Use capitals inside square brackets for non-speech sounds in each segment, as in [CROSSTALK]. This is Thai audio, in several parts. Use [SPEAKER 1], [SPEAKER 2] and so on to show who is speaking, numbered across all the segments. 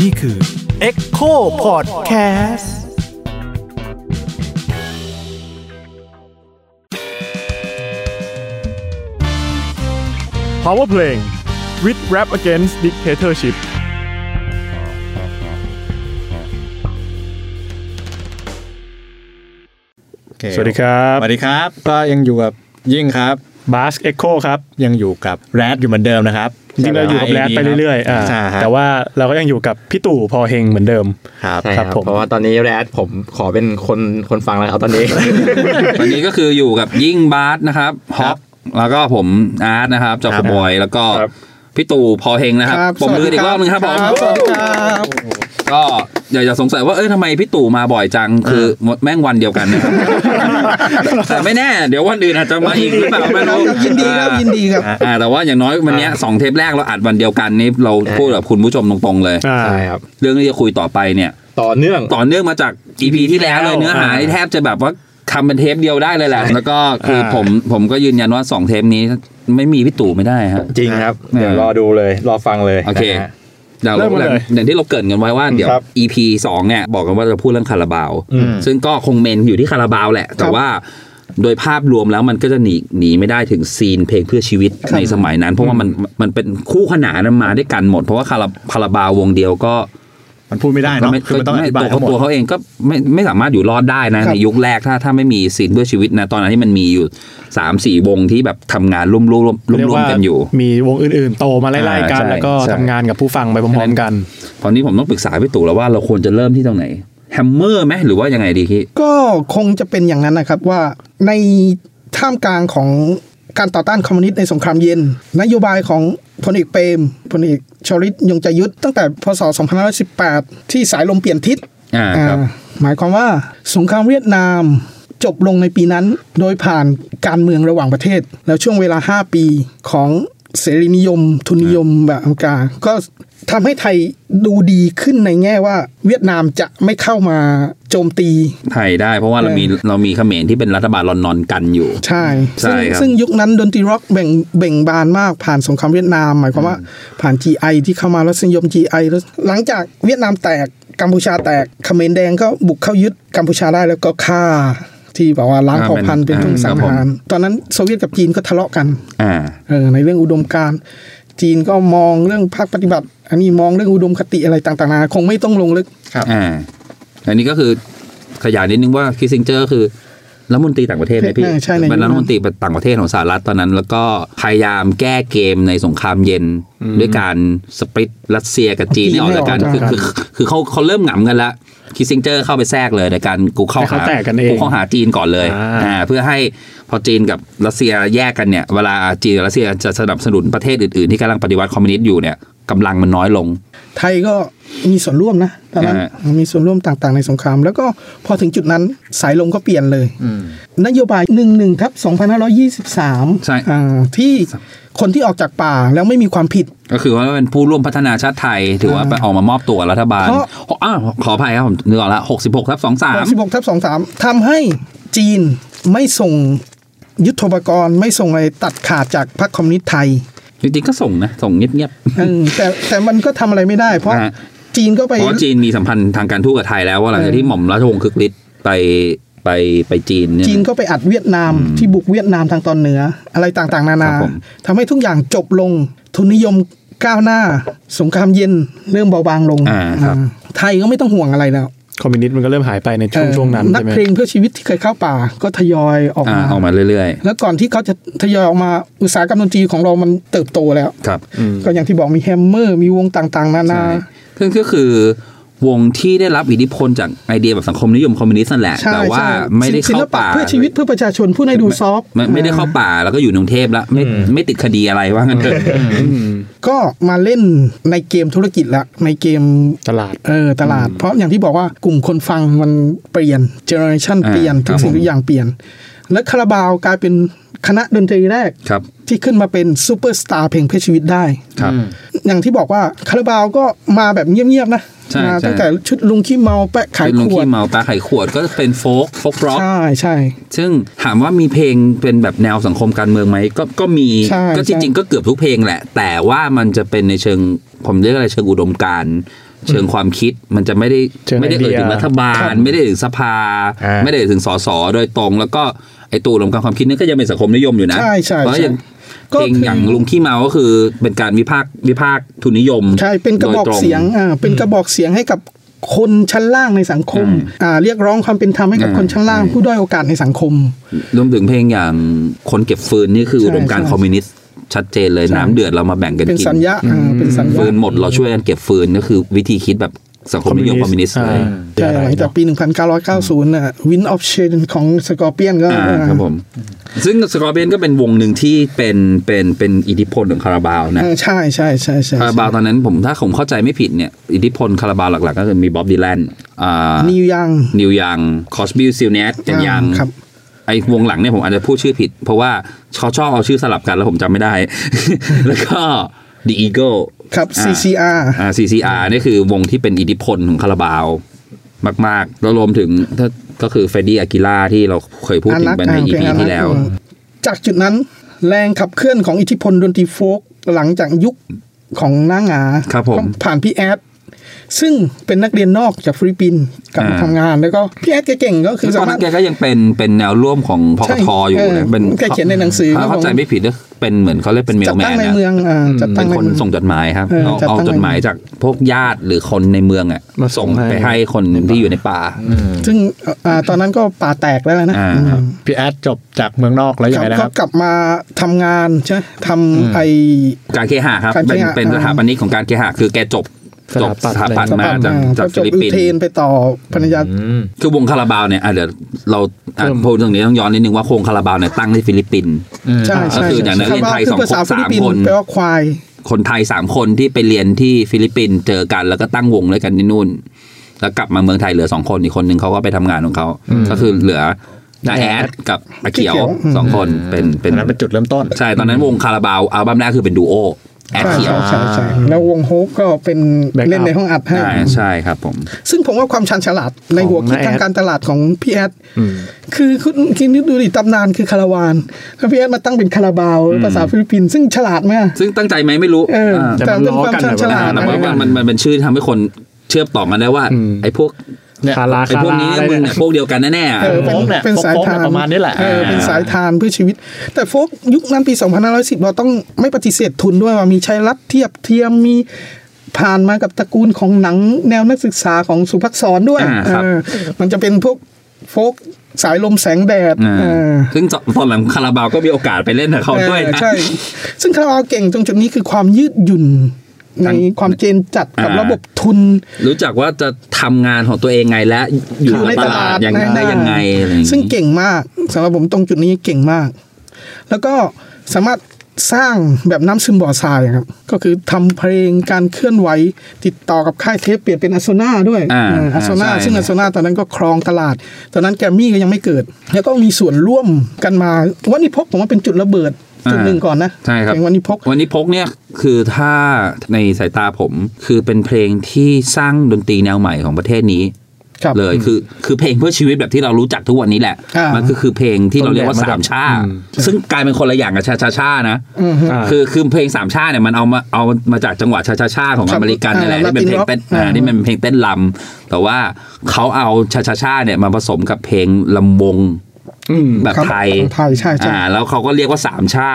[SPEAKER 1] นี่คือ Echo Podcast
[SPEAKER 2] พ o w e r Play with Rap Against Dictatorship
[SPEAKER 3] โอเค
[SPEAKER 2] สวัสดีครับ
[SPEAKER 3] สวัสดีครับ ก็ยังอยู่กับยิ่งครับ
[SPEAKER 2] บาสเอ็กโคครับ
[SPEAKER 3] ยังอยู่กับแรดอยู่เหมือนเดิมนะครับ
[SPEAKER 2] จริงๆเราอยู่กับแรดไปเรื่อยๆอ่า
[SPEAKER 3] ใช่ฮะ
[SPEAKER 2] แต่ว่าเราก็ยังอยู่กับพี่ตู่พอเฮงเหมือนเดิม
[SPEAKER 3] ครับ
[SPEAKER 4] ใช่
[SPEAKER 2] ค
[SPEAKER 4] ค
[SPEAKER 2] รั
[SPEAKER 4] รั
[SPEAKER 2] บบ ผม
[SPEAKER 4] เพราะว่าตอนนี้แรดผมขอเป็นคนคนฟังแล้วครับตอนนี้
[SPEAKER 5] วันนี้ก็คืออยู่กับยิ่งบาสนะครับฮอปแล้วก็ผมอาร์ตนะครับจอคบอย แล้วก็พี่ตู่พอเฮงนะครับปมมืออีกรอบนึงครับผมก็อยากจะสงสัยว่าเอ้ยทำไมพี่ตู่มาบ่อยจังคือหมดแม่งวันเดียวกัน [LAUGHS] นะครับแต่ไม่แน่ เดี๋ยววันอื่นอาจจะมาอีกหรือเปล่าไม่รู้
[SPEAKER 6] ยินดีครับยินดีครับ
[SPEAKER 5] อ่าแต่ว่าอย่างน้อยวันเนี้ยสองเทปแรกเราอัดวันเดียวกันนี่เราพูดกับคุณผู้ชมตรงๆเลย
[SPEAKER 2] อ่า
[SPEAKER 4] ใช่ครับ
[SPEAKER 5] เรื่องที่จะคุยต่อไปเนี่ย
[SPEAKER 4] ต่อเนื่อง
[SPEAKER 5] ต่อเนื่องมาจาก EP ที่แล้วเลยเนื้อหา
[SPEAKER 2] อ่า
[SPEAKER 5] ที่แทบจะแบบว่าทำเป็นเทปเดียวได้เลยแหละ แล้วก็คืออา ผมผมก็ยืนยันว่าสองเทปนี้ไม่มีพี่ตู่ไม่ได้ฮะ
[SPEAKER 4] จริงครับ
[SPEAKER 5] อ่า
[SPEAKER 4] เดี๋ยวรอดูเลย รอฟังเลย
[SPEAKER 5] โอเค
[SPEAKER 4] นะฮะ
[SPEAKER 5] เรา
[SPEAKER 2] เริ่มมาเลย
[SPEAKER 5] อย่างที่เราเกรินกันไว้ว่าเดี๋ยว
[SPEAKER 4] ครับ
[SPEAKER 5] EP สองเนี่ยบอกกันว่าจะพูดเรื่องคาราบาว
[SPEAKER 4] อืม
[SPEAKER 5] ซึ่งก็คงเมนอยู่ที่คาราบาวแหละ แต่ว่าโดยภาพรวมแล้วมันก็จะหนีหนีไม่ได้ถึงซีนเพลงเพื่อชีวิตในสมัยนั้น เพราะว่ามันมันเป็นคู่ขนานกันมาด้วยกันหมด เพราะว่าคาราคาราบาววงเดียวก็
[SPEAKER 3] มันพูดไม่ได้เนาะคือมันต้องอธิบาย
[SPEAKER 5] ตัว
[SPEAKER 3] ทั้งหม
[SPEAKER 5] ตัว
[SPEAKER 3] ด
[SPEAKER 5] เขาเองก็ไม่ไม่สามารถอยู่รอดได้นะ ในยุคแรกถ้าถ้าไม่มีสินเพื่อชีวิตนะ ตอนนั้นที่มันมีอยู่สามสี่วงที่แบบทำงานร่วมร่วมร่วม
[SPEAKER 2] เรีย
[SPEAKER 5] ร่วม
[SPEAKER 2] ว่า
[SPEAKER 5] กันอยู่
[SPEAKER 2] มีวงอื่นๆ โตมาไล่ๆกัน
[SPEAKER 5] อ่าใช่
[SPEAKER 2] แล้วก็
[SPEAKER 5] ใช่
[SPEAKER 2] ทำงานกับผู้ฟังไปพร้อมๆกัน
[SPEAKER 5] ตอนนี้ผมต้องปรึกษาพี่ตู่แล้วว่าเราควรจะเริ่มที่ตรงไหนแฮมเมอร์ไหมหรือว่ายังไงดีพี่
[SPEAKER 6] ก็คงจะเป็นอย่างนั้นนะครับว่าในท่ามกลางของการต่อต้านคอมมิวนิสต์ในสงครามเย็น นโยบายของพลเอกเปรมพลเอกชวลิตยงใจยุทธตั้งแต่พศ 2518 ที่สายลมเปลี่ยนทิศ
[SPEAKER 5] อ่าครับ
[SPEAKER 6] อ่าหมายความว่าสงครามเวียดนามจบลงในปีนั้น โดยผ่านการเมืองระหว่างประเทศ แล้วช่วงเวลา 5 ปีของเสรีนิยม ทุนนิยมแบบอเมริกา ก็ทำให้ไทยดูดีขึ้นในแง่ว่า เวียดนามจะไม่เข้ามาโจมตี
[SPEAKER 5] ไทยได้เพราะว่าเรามีเรามีเขมรที่เป็นรัฐบาลรอนนอนกันอยู่
[SPEAKER 6] ใช่
[SPEAKER 5] ใช่
[SPEAKER 6] ซึ่ง
[SPEAKER 5] ครับ
[SPEAKER 6] ซึ่งยุคนั้นดนตรีร็อกเบ่งเบ่งบานมากผ่านสงครามเวียดนาม หมายความว่าผ่าน GI ที่เข้ามาแล้วสนิยม GI แล้วหลังจากเวียดนามแตกกัมพูชาแตกเขมรแดงก็บุกเข้ายึดกัมพูชาได้แล้วก็ฆ่า ที่บอกว่าล้างเผ่าพันธุ์เป็นทุ่งสังหารตอนนั้นโซเวียตกับจีนก็ทะเลาะกัน
[SPEAKER 5] อ่า
[SPEAKER 6] เออในเรื่องอุดมการณ์จีนก็มองเรื่องภาคปฏิบัติ อันนี้มองเรื่องอุดมคติอะไรต่างๆนานาคงไม่ต้องลงลึก
[SPEAKER 5] อ่า อันนี้ก็คือขยายนิดนึงว่าคิสซิงเจอร์คือรัฐมนตรีต่างประเทศไหมพี่
[SPEAKER 6] ใช่ใช่ในยุคนั้น
[SPEAKER 5] เป็นรัฐมนตรีต่างประเทศของสหรัฐตอนนั้น แล้วก็พยายามแก้เกมในสงครามเย็น ด้วยการสปริตรัสเซียกับจีนให้ออกจากกันคือคือคือเขาเขาเริ่มหงำกันละคิสซิงเจอร์เข้าไปแทรกเลยในการกูเข้า
[SPEAKER 2] ให้
[SPEAKER 5] หา
[SPEAKER 2] เขาแตกกันเอง
[SPEAKER 5] เข้าหาจีนก่อนเลย
[SPEAKER 2] อ่า
[SPEAKER 5] อ่าเพื่อให้พอจีนกับรัสเซียแยกกันเนี่ย เวลาจีนกับรัสเซียจะสนับสนุนประเทศอื่นๆที่กำลังปฏิวัติคอมมิวนิสต์อยู่เนี่ยกำลังมันน้อยลง
[SPEAKER 6] ไทยก็มีส่วนร่วมนะตอนนั้น
[SPEAKER 5] อ่า
[SPEAKER 6] มีส่วนร่วมต่างๆในสงคราม แล้วก็พอถึงจุดนั้นสายลมก็เปลี่ยนเลย นโยบาย 1 1ทับ2523
[SPEAKER 5] ใช่
[SPEAKER 6] อ่าที่คนที่ออกจากป่าแล้วไม่มีความผิด
[SPEAKER 5] ก็คือว่าเป็นผู้ร่วมพัฒนาชาติไทย ถือว่าไปออกมามอบตัวกับรัฐบาล
[SPEAKER 6] เพราะ
[SPEAKER 5] หกอ้าวขออภัยครับผมนึกออกละหกสิบหกทับสองสาม
[SPEAKER 6] 16ทับ23ทำให้จีนไม่ส่งยุทโธปกรณ์ ไม่ส่งอะไรตัดขาดจากพรรคคอมมิวนิสต์ไทย
[SPEAKER 5] จริงๆก็ส่งนะ ส่งเงียบ
[SPEAKER 6] เออแต่แต่มันก็ทำอะไรไม่ได้ เพราะ
[SPEAKER 5] อ่า
[SPEAKER 6] จีนก็
[SPEAKER 5] ๆ
[SPEAKER 6] ไป
[SPEAKER 5] เพราะจีนมีสัมพันธ์ทางการทูตกับไทยแล้วว่าหลังจากที่หม่อมราชวงศ์คึกฤทธิ์ไปไปไปจีนเนี่ย
[SPEAKER 6] จีนก็ไปอัดเวียดนามที่บุกเวียดนามทางตอนเหนือ อะไรต่างๆ นา
[SPEAKER 5] ค
[SPEAKER 6] นา
[SPEAKER 5] รับผม
[SPEAKER 6] ทำให้ทุกอย่างจบลง ทุนนิยมก้าวหน้า สงครามเย็นเริ่มเบาบางลง
[SPEAKER 5] อ่าครับ
[SPEAKER 6] อ่าไทยก็ไม่ต้องห่วงอะไรแล้ว
[SPEAKER 2] คอมมิวนิสต์มันก็เริ่มหายไปในช่วง
[SPEAKER 6] เอ่อ
[SPEAKER 2] ช่วงนั้น
[SPEAKER 6] นัก
[SPEAKER 2] ใช่ไหม
[SPEAKER 6] เพลงเพื่อชีวิตที่เคยเข้าป่าก็ทยอยออก
[SPEAKER 5] อ่า
[SPEAKER 6] มา
[SPEAKER 5] ออกมาเรื่อย
[SPEAKER 6] แล้วก่อนที่เขาจะทยอยออกมาอุตสาหกรรมดนตรีของเรามันเติบโตแล้ว
[SPEAKER 5] ๆ ครับ
[SPEAKER 6] ก็อย่างที่บอกมีแฮมเมอร์ มีวงต่างๆ นานา
[SPEAKER 5] ซึ่งก็คือวงที่ได้รับอิทธิพลจากไอเดียแบบสังคมนิยมคอมมิวนิสต์นั่นแหละ
[SPEAKER 6] ใช่
[SPEAKER 5] แต่ว่า
[SPEAKER 6] ใช่
[SPEAKER 5] ไม่ได้
[SPEAKER 6] ศิ
[SPEAKER 5] เข้า
[SPEAKER 6] ลปะ
[SPEAKER 5] ป่า
[SPEAKER 6] เพื่อชีวิตเพื่อประชาชนผู้ให้ดูซอฟต์
[SPEAKER 5] ไม่ไม่ได้เข้าป่าแล้วก็อยู่ในกรุงเทพแล้วไม่ไม่ติดคดีอะไรว่างั้นเถอะ
[SPEAKER 6] ก็มาเล่นในเกมธุรกิจละในเกม
[SPEAKER 2] ตลาด
[SPEAKER 6] เออตลาดเพราะอย่างที่บอกว่ากลุ่มคนฟังมันเปลี่ยนเจเนอเรชัน
[SPEAKER 5] อ่า
[SPEAKER 6] เปลี่ยน
[SPEAKER 5] ครั
[SPEAKER 6] ทุ
[SPEAKER 5] บ
[SPEAKER 6] กสิ่
[SPEAKER 5] ผ
[SPEAKER 6] ง
[SPEAKER 5] ม
[SPEAKER 6] ทุกอย่างเปลี่ยน และคาราบาวกลายเป็นคณะดนตรีแรก
[SPEAKER 5] ครับ
[SPEAKER 6] ที่ขึ้นมาเป็นซูเปอร์สตาร์เพลงเพื่อชีวิตได้
[SPEAKER 5] ครับ
[SPEAKER 6] อย่างที่บอกว่าคาราบาวก็มาแบบเงียบๆนะ
[SPEAKER 5] ใช่
[SPEAKER 6] มา
[SPEAKER 5] ใช่
[SPEAKER 6] ตั้งแต่ชุดลุงขี้เมาแปะขา
[SPEAKER 5] เป็
[SPEAKER 6] ย
[SPEAKER 5] นลุ
[SPEAKER 6] ข
[SPEAKER 5] ง
[SPEAKER 6] วด
[SPEAKER 5] ขี้เมาปลาไข่ขวดก็เป็นโฟกโฟกร็อก
[SPEAKER 6] ใช่ใช่
[SPEAKER 5] ซึ่งถามว่ามีเพลงเป็นแบบแนวสังคมการเมืองไหมก็ก็มี
[SPEAKER 6] ใช่
[SPEAKER 5] ก็จ
[SPEAKER 6] ใช่
[SPEAKER 5] ริงๆก็เกือบทุกเพลงแหละ แต่ว่ามันจะเป็นในเชิงผมเรียกอะไรเชิงอุดมการณ์เชิงความคิดมันจะไม่ได้
[SPEAKER 1] เชิง
[SPEAKER 5] ไม่ได้เอ่ย
[SPEAKER 1] idea
[SPEAKER 5] ถึงรัฐบาล ไม่ได้เอ่ยถึงสภา
[SPEAKER 1] อ่า
[SPEAKER 5] ไม่ได้เอ่ยถึงสสโดยตรง แล้วก็ไอตัวอุดมการณ์ความคิดนี่ก็ยังเป็นสังคมนิยมอยู่นะ
[SPEAKER 6] ใช่ใช่
[SPEAKER 5] เพราะอย่าง
[SPEAKER 6] ก็
[SPEAKER 5] เพลง
[SPEAKER 6] คือ
[SPEAKER 5] อ
[SPEAKER 6] อ
[SPEAKER 5] ย่างลุงขี้เมาก็คือเป็นการวิพากษ์วิพากษ์ทุนนิยม
[SPEAKER 6] ใช่เป็นกระบอก
[SPEAKER 5] โดต
[SPEAKER 6] เสียงอ่าเป็นกระบอกเสียงให้กับคนชั้นล่างในสังคมอ่าเรียกร้องความเป็นธรรมให้กับ
[SPEAKER 5] อ่า
[SPEAKER 6] คนชั้นล่าง
[SPEAKER 5] ใช่
[SPEAKER 6] ผู้ด้อยโอกาสในสังคม
[SPEAKER 5] รวมถึงเพลงอย่างคนเก็บฟืนนี่คืออุดมการณ์
[SPEAKER 6] ใช่
[SPEAKER 5] ค
[SPEAKER 6] ใช่
[SPEAKER 5] อมมิวนิสต์ชัดเจนเลยน้ำเดือดเรามาแบ่งกัน
[SPEAKER 6] เป็น
[SPEAKER 5] กิน
[SPEAKER 6] สัญญาอ่าเป็นสัญญา
[SPEAKER 5] ฟืนหมดเราช่วยกันเก็บฟืนก็คือวิธีคิดแบบสังคมนิยมคอมมิวนิสต์เลย
[SPEAKER 6] ใช่หลังจากปี 1990น่ะวินออฟเชนของสกอร์เปียนก็
[SPEAKER 5] อ่า
[SPEAKER 6] อ่า
[SPEAKER 5] ครับผม ซึ่งสกอร์เบียนก็เป็นวงหนึ่งที่เป็นเป็นเป็นอิทธิพลของคาราบาวนะ
[SPEAKER 6] เออใช่ใช่ใช่ใช่
[SPEAKER 5] คาราบาวตอนนั้นผมถ้าผมเข้าใจไม่ผิดเนี่ย อิทธิพลคาราบาวหลัก ๆ ก็คือมีบ๊อบดีแลนอ่า
[SPEAKER 6] นิวยัง
[SPEAKER 5] นิวยังคอสบิลซิลเนสกันยัง
[SPEAKER 6] ครับ
[SPEAKER 5] ไอ้วงหลังเนี่ยผมอาจจะพูดชื่อผิด เพราะว่าเขาชอบเอาชื่อสลับกันแล้วผมจำไม่ได้ [LAUGHS] แล้วก็ The Eagle
[SPEAKER 6] ครับ
[SPEAKER 5] อ่า
[SPEAKER 6] CCR
[SPEAKER 5] อ่า CCR นี่คือวงที่เป็นอิทธิพลของคาราบาว มาก ๆ แล้วรวมถึงถ้าก็คือเฟดดี้อากิล่าที่เราเคยพูดถึงไปใน
[SPEAKER 6] อ่า
[SPEAKER 5] EP ที่แล้ว
[SPEAKER 6] อ่าจากจุดนั้นแรงขับเคลื่อนของอิทธิพลดนตรีโฟล์กหลังจากยุคของหน้างหงา
[SPEAKER 5] ครับผม
[SPEAKER 6] ผ่านพี่แอด ซึ่งเป็นนักเรียนนอกจากฟิลิปปินส์กลับมา
[SPEAKER 5] อ่า
[SPEAKER 6] ทำงานแล้วก็พี่แอดแกเก่งก็คื
[SPEAKER 5] คือ อตอ
[SPEAKER 6] สาน มา
[SPEAKER 5] นั้
[SPEAKER 6] รถ
[SPEAKER 5] นแกก็ยังเป็นเป็นแนวร่วมของพ
[SPEAKER 6] ใช่
[SPEAKER 5] คทอยู่
[SPEAKER 6] เออ
[SPEAKER 5] นะเป็น
[SPEAKER 6] แกเขียนในหนังสือ
[SPEAKER 5] ถ้า
[SPEAKER 6] ครับ
[SPEAKER 5] เข้าใจ
[SPEAKER 6] ผม
[SPEAKER 5] ไม่ผิดก็เป็นเหมือนเขาเรียกเป็นเม
[SPEAKER 6] จั
[SPEAKER 5] ล
[SPEAKER 6] ด
[SPEAKER 5] แม
[SPEAKER 6] ตั้ง
[SPEAKER 5] น
[SPEAKER 6] ใน
[SPEAKER 5] นะ
[SPEAKER 6] เมืองอ่าจัดตั้
[SPEAKER 5] เป็น
[SPEAKER 6] งใน
[SPEAKER 5] คน
[SPEAKER 6] เมือง
[SPEAKER 5] ส่งจดหมายครับ
[SPEAKER 6] เออ
[SPEAKER 5] เอา
[SPEAKER 6] จัด
[SPEAKER 5] เอา
[SPEAKER 6] ตั้งใน
[SPEAKER 5] จดหมายจากพวกญาติหรือคนในเมืองอ่ะ
[SPEAKER 1] มาส่งให้
[SPEAKER 5] ไปให้คนที่อยู่ในป่า
[SPEAKER 6] ซึ่งอ่าตอนนั้นก็ป่าแตกแล้วนะ
[SPEAKER 5] อ่า
[SPEAKER 6] อืม
[SPEAKER 3] พี่แอดจบจากเมืองนอกแล้วยังไงนะค
[SPEAKER 6] ก็
[SPEAKER 3] รับ
[SPEAKER 6] กลับมาทำงานใช่ไหมทำไอ
[SPEAKER 5] การเคหะครับ
[SPEAKER 6] การเค
[SPEAKER 5] เป็น
[SPEAKER 6] หะ
[SPEAKER 5] เป็นสถาป
[SPEAKER 6] อ่า
[SPEAKER 5] นิกของการเคหะคือแกจบจบส
[SPEAKER 1] ส
[SPEAKER 5] ถา
[SPEAKER 1] ถาปั
[SPEAKER 5] ปั
[SPEAKER 1] ต
[SPEAKER 5] ต
[SPEAKER 1] ย์
[SPEAKER 5] ย์มาจากจาก
[SPEAKER 6] จ
[SPEAKER 5] ฟิ
[SPEAKER 6] บ
[SPEAKER 5] ลิป
[SPEAKER 6] อุ
[SPEAKER 5] ปิน
[SPEAKER 6] เท
[SPEAKER 5] ส์
[SPEAKER 6] นไปต่อภรรยา
[SPEAKER 5] คือวงคาราบาวเนี่ยอ่ะเดี๋ยวเราอ่ะพูดตรงนี้ต้องย้อนนิดนึงว่าโครงคาราบาวเนี่ยตั้งที่ฟิลิปปินส์
[SPEAKER 6] ใช่
[SPEAKER 5] ก็
[SPEAKER 6] ใช่
[SPEAKER 5] คืออย่างนักเรียนไทยสองคน
[SPEAKER 6] ภษฟิลิปปิ
[SPEAKER 5] สามคน
[SPEAKER 6] แปลว่าควาย
[SPEAKER 5] คนไทยสามคนที่ไปเรียนที่ฟิลิปปินส์เจอกันแล้วก็ตั้งวงด้วยกันที่นู่น แล้วกลับมาเมืองไทยเหลือสองคนอีกคนหนึ่งเขาก็ไปทำงานของเขาก็คือเหลือนาแอดกับอาเขียว
[SPEAKER 6] อาเขียวอืม
[SPEAKER 5] สองคนเป็นเป็
[SPEAKER 3] อั
[SPEAKER 5] น
[SPEAKER 3] นนั้นเป็นจุดเริ่มต้น
[SPEAKER 5] ใช่ตอนนั้นวงคาราบาวอัลบั้มแรกคือเป็นดูโอแอด
[SPEAKER 6] ใช่
[SPEAKER 5] เขียว
[SPEAKER 6] ใช่ใช่ใช่แล้ววงโฮปก็เป็น
[SPEAKER 1] Back up
[SPEAKER 6] เล่นในห้องอัดให้
[SPEAKER 5] ใช่ใช่ครับผม
[SPEAKER 6] ซึ่งผมว่าความชันฉลาดในหัวคิ
[SPEAKER 1] ข
[SPEAKER 6] ด
[SPEAKER 1] องแอด
[SPEAKER 6] ทางการตลาดของพี่แอดคือคุณคิดดูดิตำนานคือคาราวานแล้วพี่แอดมาตั้งเป็นคาราบาวภาษาฟิลิปปินส์ซึ่งฉลาดมาก
[SPEAKER 5] ซึ่งตั้งใจไหมไม่รู้
[SPEAKER 6] เออ
[SPEAKER 5] อ่า
[SPEAKER 1] แต่
[SPEAKER 6] แต่
[SPEAKER 1] มัน
[SPEAKER 6] เป็น
[SPEAKER 1] ล้อ
[SPEAKER 6] ความ
[SPEAKER 1] กัน
[SPEAKER 6] ชันฉลาด
[SPEAKER 1] แต่
[SPEAKER 5] แต่ว่า
[SPEAKER 1] ล้
[SPEAKER 5] มั
[SPEAKER 1] อ
[SPEAKER 5] นมันมันเป็นชื่อทำให้คนเชื่อมต่อกันได้ว่า
[SPEAKER 1] อืม
[SPEAKER 5] ไอ้พวก
[SPEAKER 3] เนี่ย
[SPEAKER 1] คารา
[SPEAKER 5] ไอ้
[SPEAKER 1] คา
[SPEAKER 5] พวก
[SPEAKER 1] รา
[SPEAKER 5] นี้
[SPEAKER 1] อะไร
[SPEAKER 5] มึง
[SPEAKER 1] เนี่ย
[SPEAKER 5] เนี่ยพวกเดียวกันแน่ๆ
[SPEAKER 6] เออเป็น
[SPEAKER 3] โฟกเนี่ย
[SPEAKER 6] เป็นสาย
[SPEAKER 3] โฟก
[SPEAKER 6] ทาน
[SPEAKER 3] เนี่ยประมาณนี้แหละ
[SPEAKER 6] เออเป็นสายทานเพื่อชีวิต แต่โฟกยุคนั้นปี 2510 เราต้องไม่ปฏิเสธทุนด้วยว่ามีชัยรัตน์เทียบเทียมมีผ่านมากับตระกูลของหนังแนวนักศึกษาของสุภักษรด้วย
[SPEAKER 5] อ่าครับ
[SPEAKER 6] เออมันจะเป็นพวกโฟกสายลมแสงแดดเออ
[SPEAKER 5] ซึ่งตอนหลังคาราบาวก็มีโอกาสไปเล่นกับเขาด้วยนะ
[SPEAKER 6] เออใช่ ซึ่งคาราบาวเก่งตรงจุดนี้คือความยืดหยุ่น ใน
[SPEAKER 5] ทั้ง
[SPEAKER 6] ความเจนจัดกับ
[SPEAKER 5] อ่า
[SPEAKER 6] ระบบทุน
[SPEAKER 5] รู้จักว่าจะทำงานของตัวเองไงและอยู่ในตลาดยังไงได้ยังไงอะไรอย่าง
[SPEAKER 6] ซึ่ง
[SPEAKER 5] งี้
[SPEAKER 6] เก่งมากสำหรับผมตรงจุดนี้เก่งมาก แล้วก็สามารถสร้างแบบน้ำซึมบ่อทรายอะครับ ก็คือทำเพลงการเคลื่อนไหว ติดต่อกับค่ายเทปเปลี่ยนเป็นอ s โซนาด้วย
[SPEAKER 5] า
[SPEAKER 6] โซนา
[SPEAKER 5] ใช่
[SPEAKER 6] ซึ่งอ s โซนาตอนนั้นก็ครองตลาด ตอนนั้นแกรมมี่ก็ยังไม่เกิด แล้วก็มีส่วนร่วมกันมาวันนี้พกผมว่าเป็นจุดระเบิดจุดหนึ่งก่อนนะ
[SPEAKER 5] ใช่ครับ
[SPEAKER 6] เพลงวันนี้พก
[SPEAKER 5] วันนี้พกเนี่ยคือถ้าในสายตาผมคือเป็นเพลงที่สร้างดนตรีแนวใหม่ของประเทศนี้
[SPEAKER 6] ครับ
[SPEAKER 5] เลยคือคือเพลงเพื่อชีวิตแบบที่เรารู้จักทุกวันนี้แหละ
[SPEAKER 6] อ่ามั
[SPEAKER 5] มันก็คือเพลงที่เราเรียกว่า
[SPEAKER 1] ต้นแบบมาจาก
[SPEAKER 5] สามชาซึ่งกลายเป็นคนละอย่างกับชาชาชานะ
[SPEAKER 6] อือฮึ
[SPEAKER 1] อ่า
[SPEAKER 5] คือคือเพลงสามชาเนี่ยมันเอามาเอามาจากจังหวะชาชาชาของ
[SPEAKER 6] ครับ
[SPEAKER 5] อเมริกันนี่แหละ
[SPEAKER 6] อ่า
[SPEAKER 5] ที่เป็นเพลง
[SPEAKER 6] Latin rock
[SPEAKER 5] เต้นอ่า
[SPEAKER 6] อ่า
[SPEAKER 5] ที่มันเป็นเพลงเต้นลำแต่ว่าเขาเอาชาชาชาเนี่ยมาผสมกับเพลงลำวงแบบ
[SPEAKER 6] ครับ
[SPEAKER 5] ไทย
[SPEAKER 6] ของไทยใช่ใช่
[SPEAKER 5] อ่าแล้วเขาก็เรียกว่าสามชา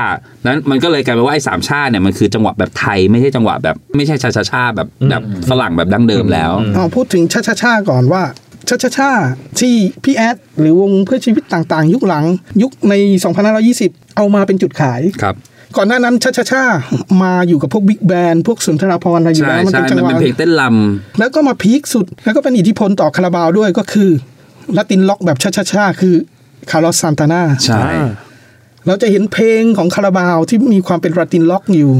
[SPEAKER 5] นั้นมันก็เลยกลายเป็นว่าไอ้สามชาเนี่ยมันคือจังหวะแบบไทยไม่ใช่จังหวะแบบ ไม่ใช่ชาชาชาแบบแบบฝรั่งแบบดั้งเดิมแล้ว
[SPEAKER 6] เอาพูดถึงชาชาชาก่อนว่าชาชาชาที่พี่แอดหรือวงเพื่อชีวิตต่างๆ ยุคหลังยุคใน 2520 เอามาเป็นจุดขาย
[SPEAKER 5] ครับ
[SPEAKER 6] ก่อนหน้านั้นชาชาชามาอยู่กับพวกบิ๊กแบนด์พวกสุนทรภรณ์อะไรอยู่
[SPEAKER 5] ใช่
[SPEAKER 6] แล้วมัน
[SPEAKER 5] ใช่
[SPEAKER 6] เป็นจัง
[SPEAKER 5] มันเป็น
[SPEAKER 6] หวะ
[SPEAKER 5] เพลงเต้นลำ
[SPEAKER 6] แล้วก็มาพีคสุด แล้วก็เป็นอิทธิพลต่อคาราบาวด้วยก็คือลาตินล็อกแบบชาชาชาคือคาร์ลอสซานตาน่า
[SPEAKER 5] ใช่
[SPEAKER 6] เราจะเห็นเพลงของคาราบาวที่มีความเป็นราตินล็อกอยู่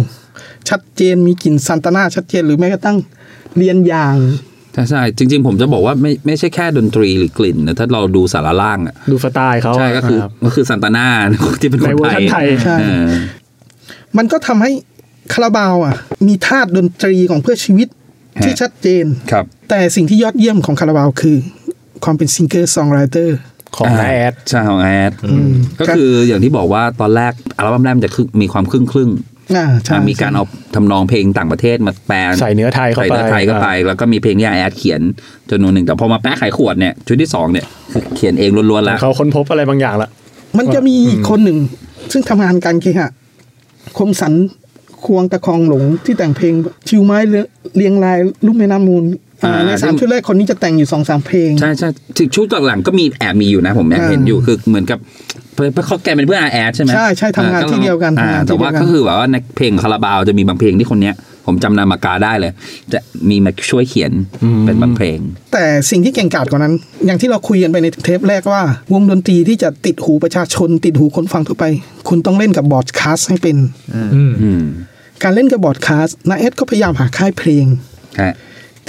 [SPEAKER 6] ชัดเจนมีกลิ่นซันตาน่าชัดเจนหรือแม้กระทั่งเรียนยาง
[SPEAKER 5] ใช่ใช่จริง ๆ ผมจะบอกว่าไม่ไม่ใช่แค่ดนตรีหรือกลิ่นนะถ้าเราดูสาระล่างอ่ะ
[SPEAKER 1] ดูสไตล์เขา
[SPEAKER 5] ใช่ก็คือ
[SPEAKER 1] รับ
[SPEAKER 5] ก็คือซันตาน่า [LAUGHS] ที่เป็นค
[SPEAKER 1] ใน
[SPEAKER 5] น
[SPEAKER 1] เวอร์
[SPEAKER 5] ไท
[SPEAKER 1] ชั
[SPEAKER 5] ย
[SPEAKER 1] นไทย
[SPEAKER 6] ใช่
[SPEAKER 5] เออ
[SPEAKER 6] มันก็ทำให้คาราบาวอ่ะมีธาตุดนตรีของเพื่อชีวิต
[SPEAKER 5] ฮะ
[SPEAKER 6] ที่ชัดเจน
[SPEAKER 5] ครับ
[SPEAKER 6] แต่สิ่งที่ยอดเยี่ยมของคาราบาวคือ ความเป็นซิงเกอร์ซองไรเตอร์
[SPEAKER 3] ของน้าแอด
[SPEAKER 5] ใช่ของแอดก็คืออย่างที่บอกว่าตอนแรกอัลบั้มแรกมันจะครึ่งมีความครึ่งครึ่ง
[SPEAKER 6] อ่า
[SPEAKER 5] ๆ
[SPEAKER 6] ใช่
[SPEAKER 5] อ่ะมีการเอาทำนองเพลงต่างประเทศมาแปล
[SPEAKER 3] ใส่เนื้อไทยเข้าไป
[SPEAKER 5] ใส่เนื้อไทยเข้าไป แล้วก็มีเพลงที่อาแอดเขียนจำนวนหนึ่งแต่พอมาแป๊ะขายขวดเนี่ยชุดที่สองเนี่ยคือเขียนเองล้วนๆแล้ว
[SPEAKER 3] เขาค้นพบอะไรบางอย่างละ
[SPEAKER 6] มันจะมีอีกคนหนึ่ง ซึ่งทำงานการเคหะ คมสันควงตะคองหลงที่แต่งเพลง ชิวไม้เรียงรายลุ่มแม่น้ำมูลอ่า
[SPEAKER 5] อ่า
[SPEAKER 6] ในสามชุดแรกคนนี้จะแต่งอยู่สองสามเพลง
[SPEAKER 5] ใช่ใช่ถึงชุดหลังๆก็มีแอบมีอยู่นะผมแอบเห็นอยู่คือเหมือนกับเพื่อนเขาแกเป็นเพื่อนอาแอดใช่ไหม
[SPEAKER 6] ใช่ใช่ทำงานที่เดียวกัน
[SPEAKER 5] อ่า
[SPEAKER 6] ทำงานที่
[SPEAKER 5] แต่ว่า
[SPEAKER 6] เดียวกัน
[SPEAKER 5] ก็คือแบบว่าในเพลงคาราบาวจะมีบางเพลงที่คนเนี้ย ผมจำนามปากกาได้เลย จะมีมาช่วยเขียนเป็นบางเพลง
[SPEAKER 6] แต่สิ่งที่เก่งกาจกว่านั้น อย่างที่เราคุยกันไปในเทปแรกว่า วงดนตรีที่จะติดหูประชาชน ติดหูคนฟังทั่วไป คุณต้องเล่นกับบอร์ดคาสต์ให้เป็น
[SPEAKER 5] อืม
[SPEAKER 6] การเล่นกับบอร์ดคาสต์นาเอสก็พยายามหาค่ายเพลง
[SPEAKER 5] ฮะ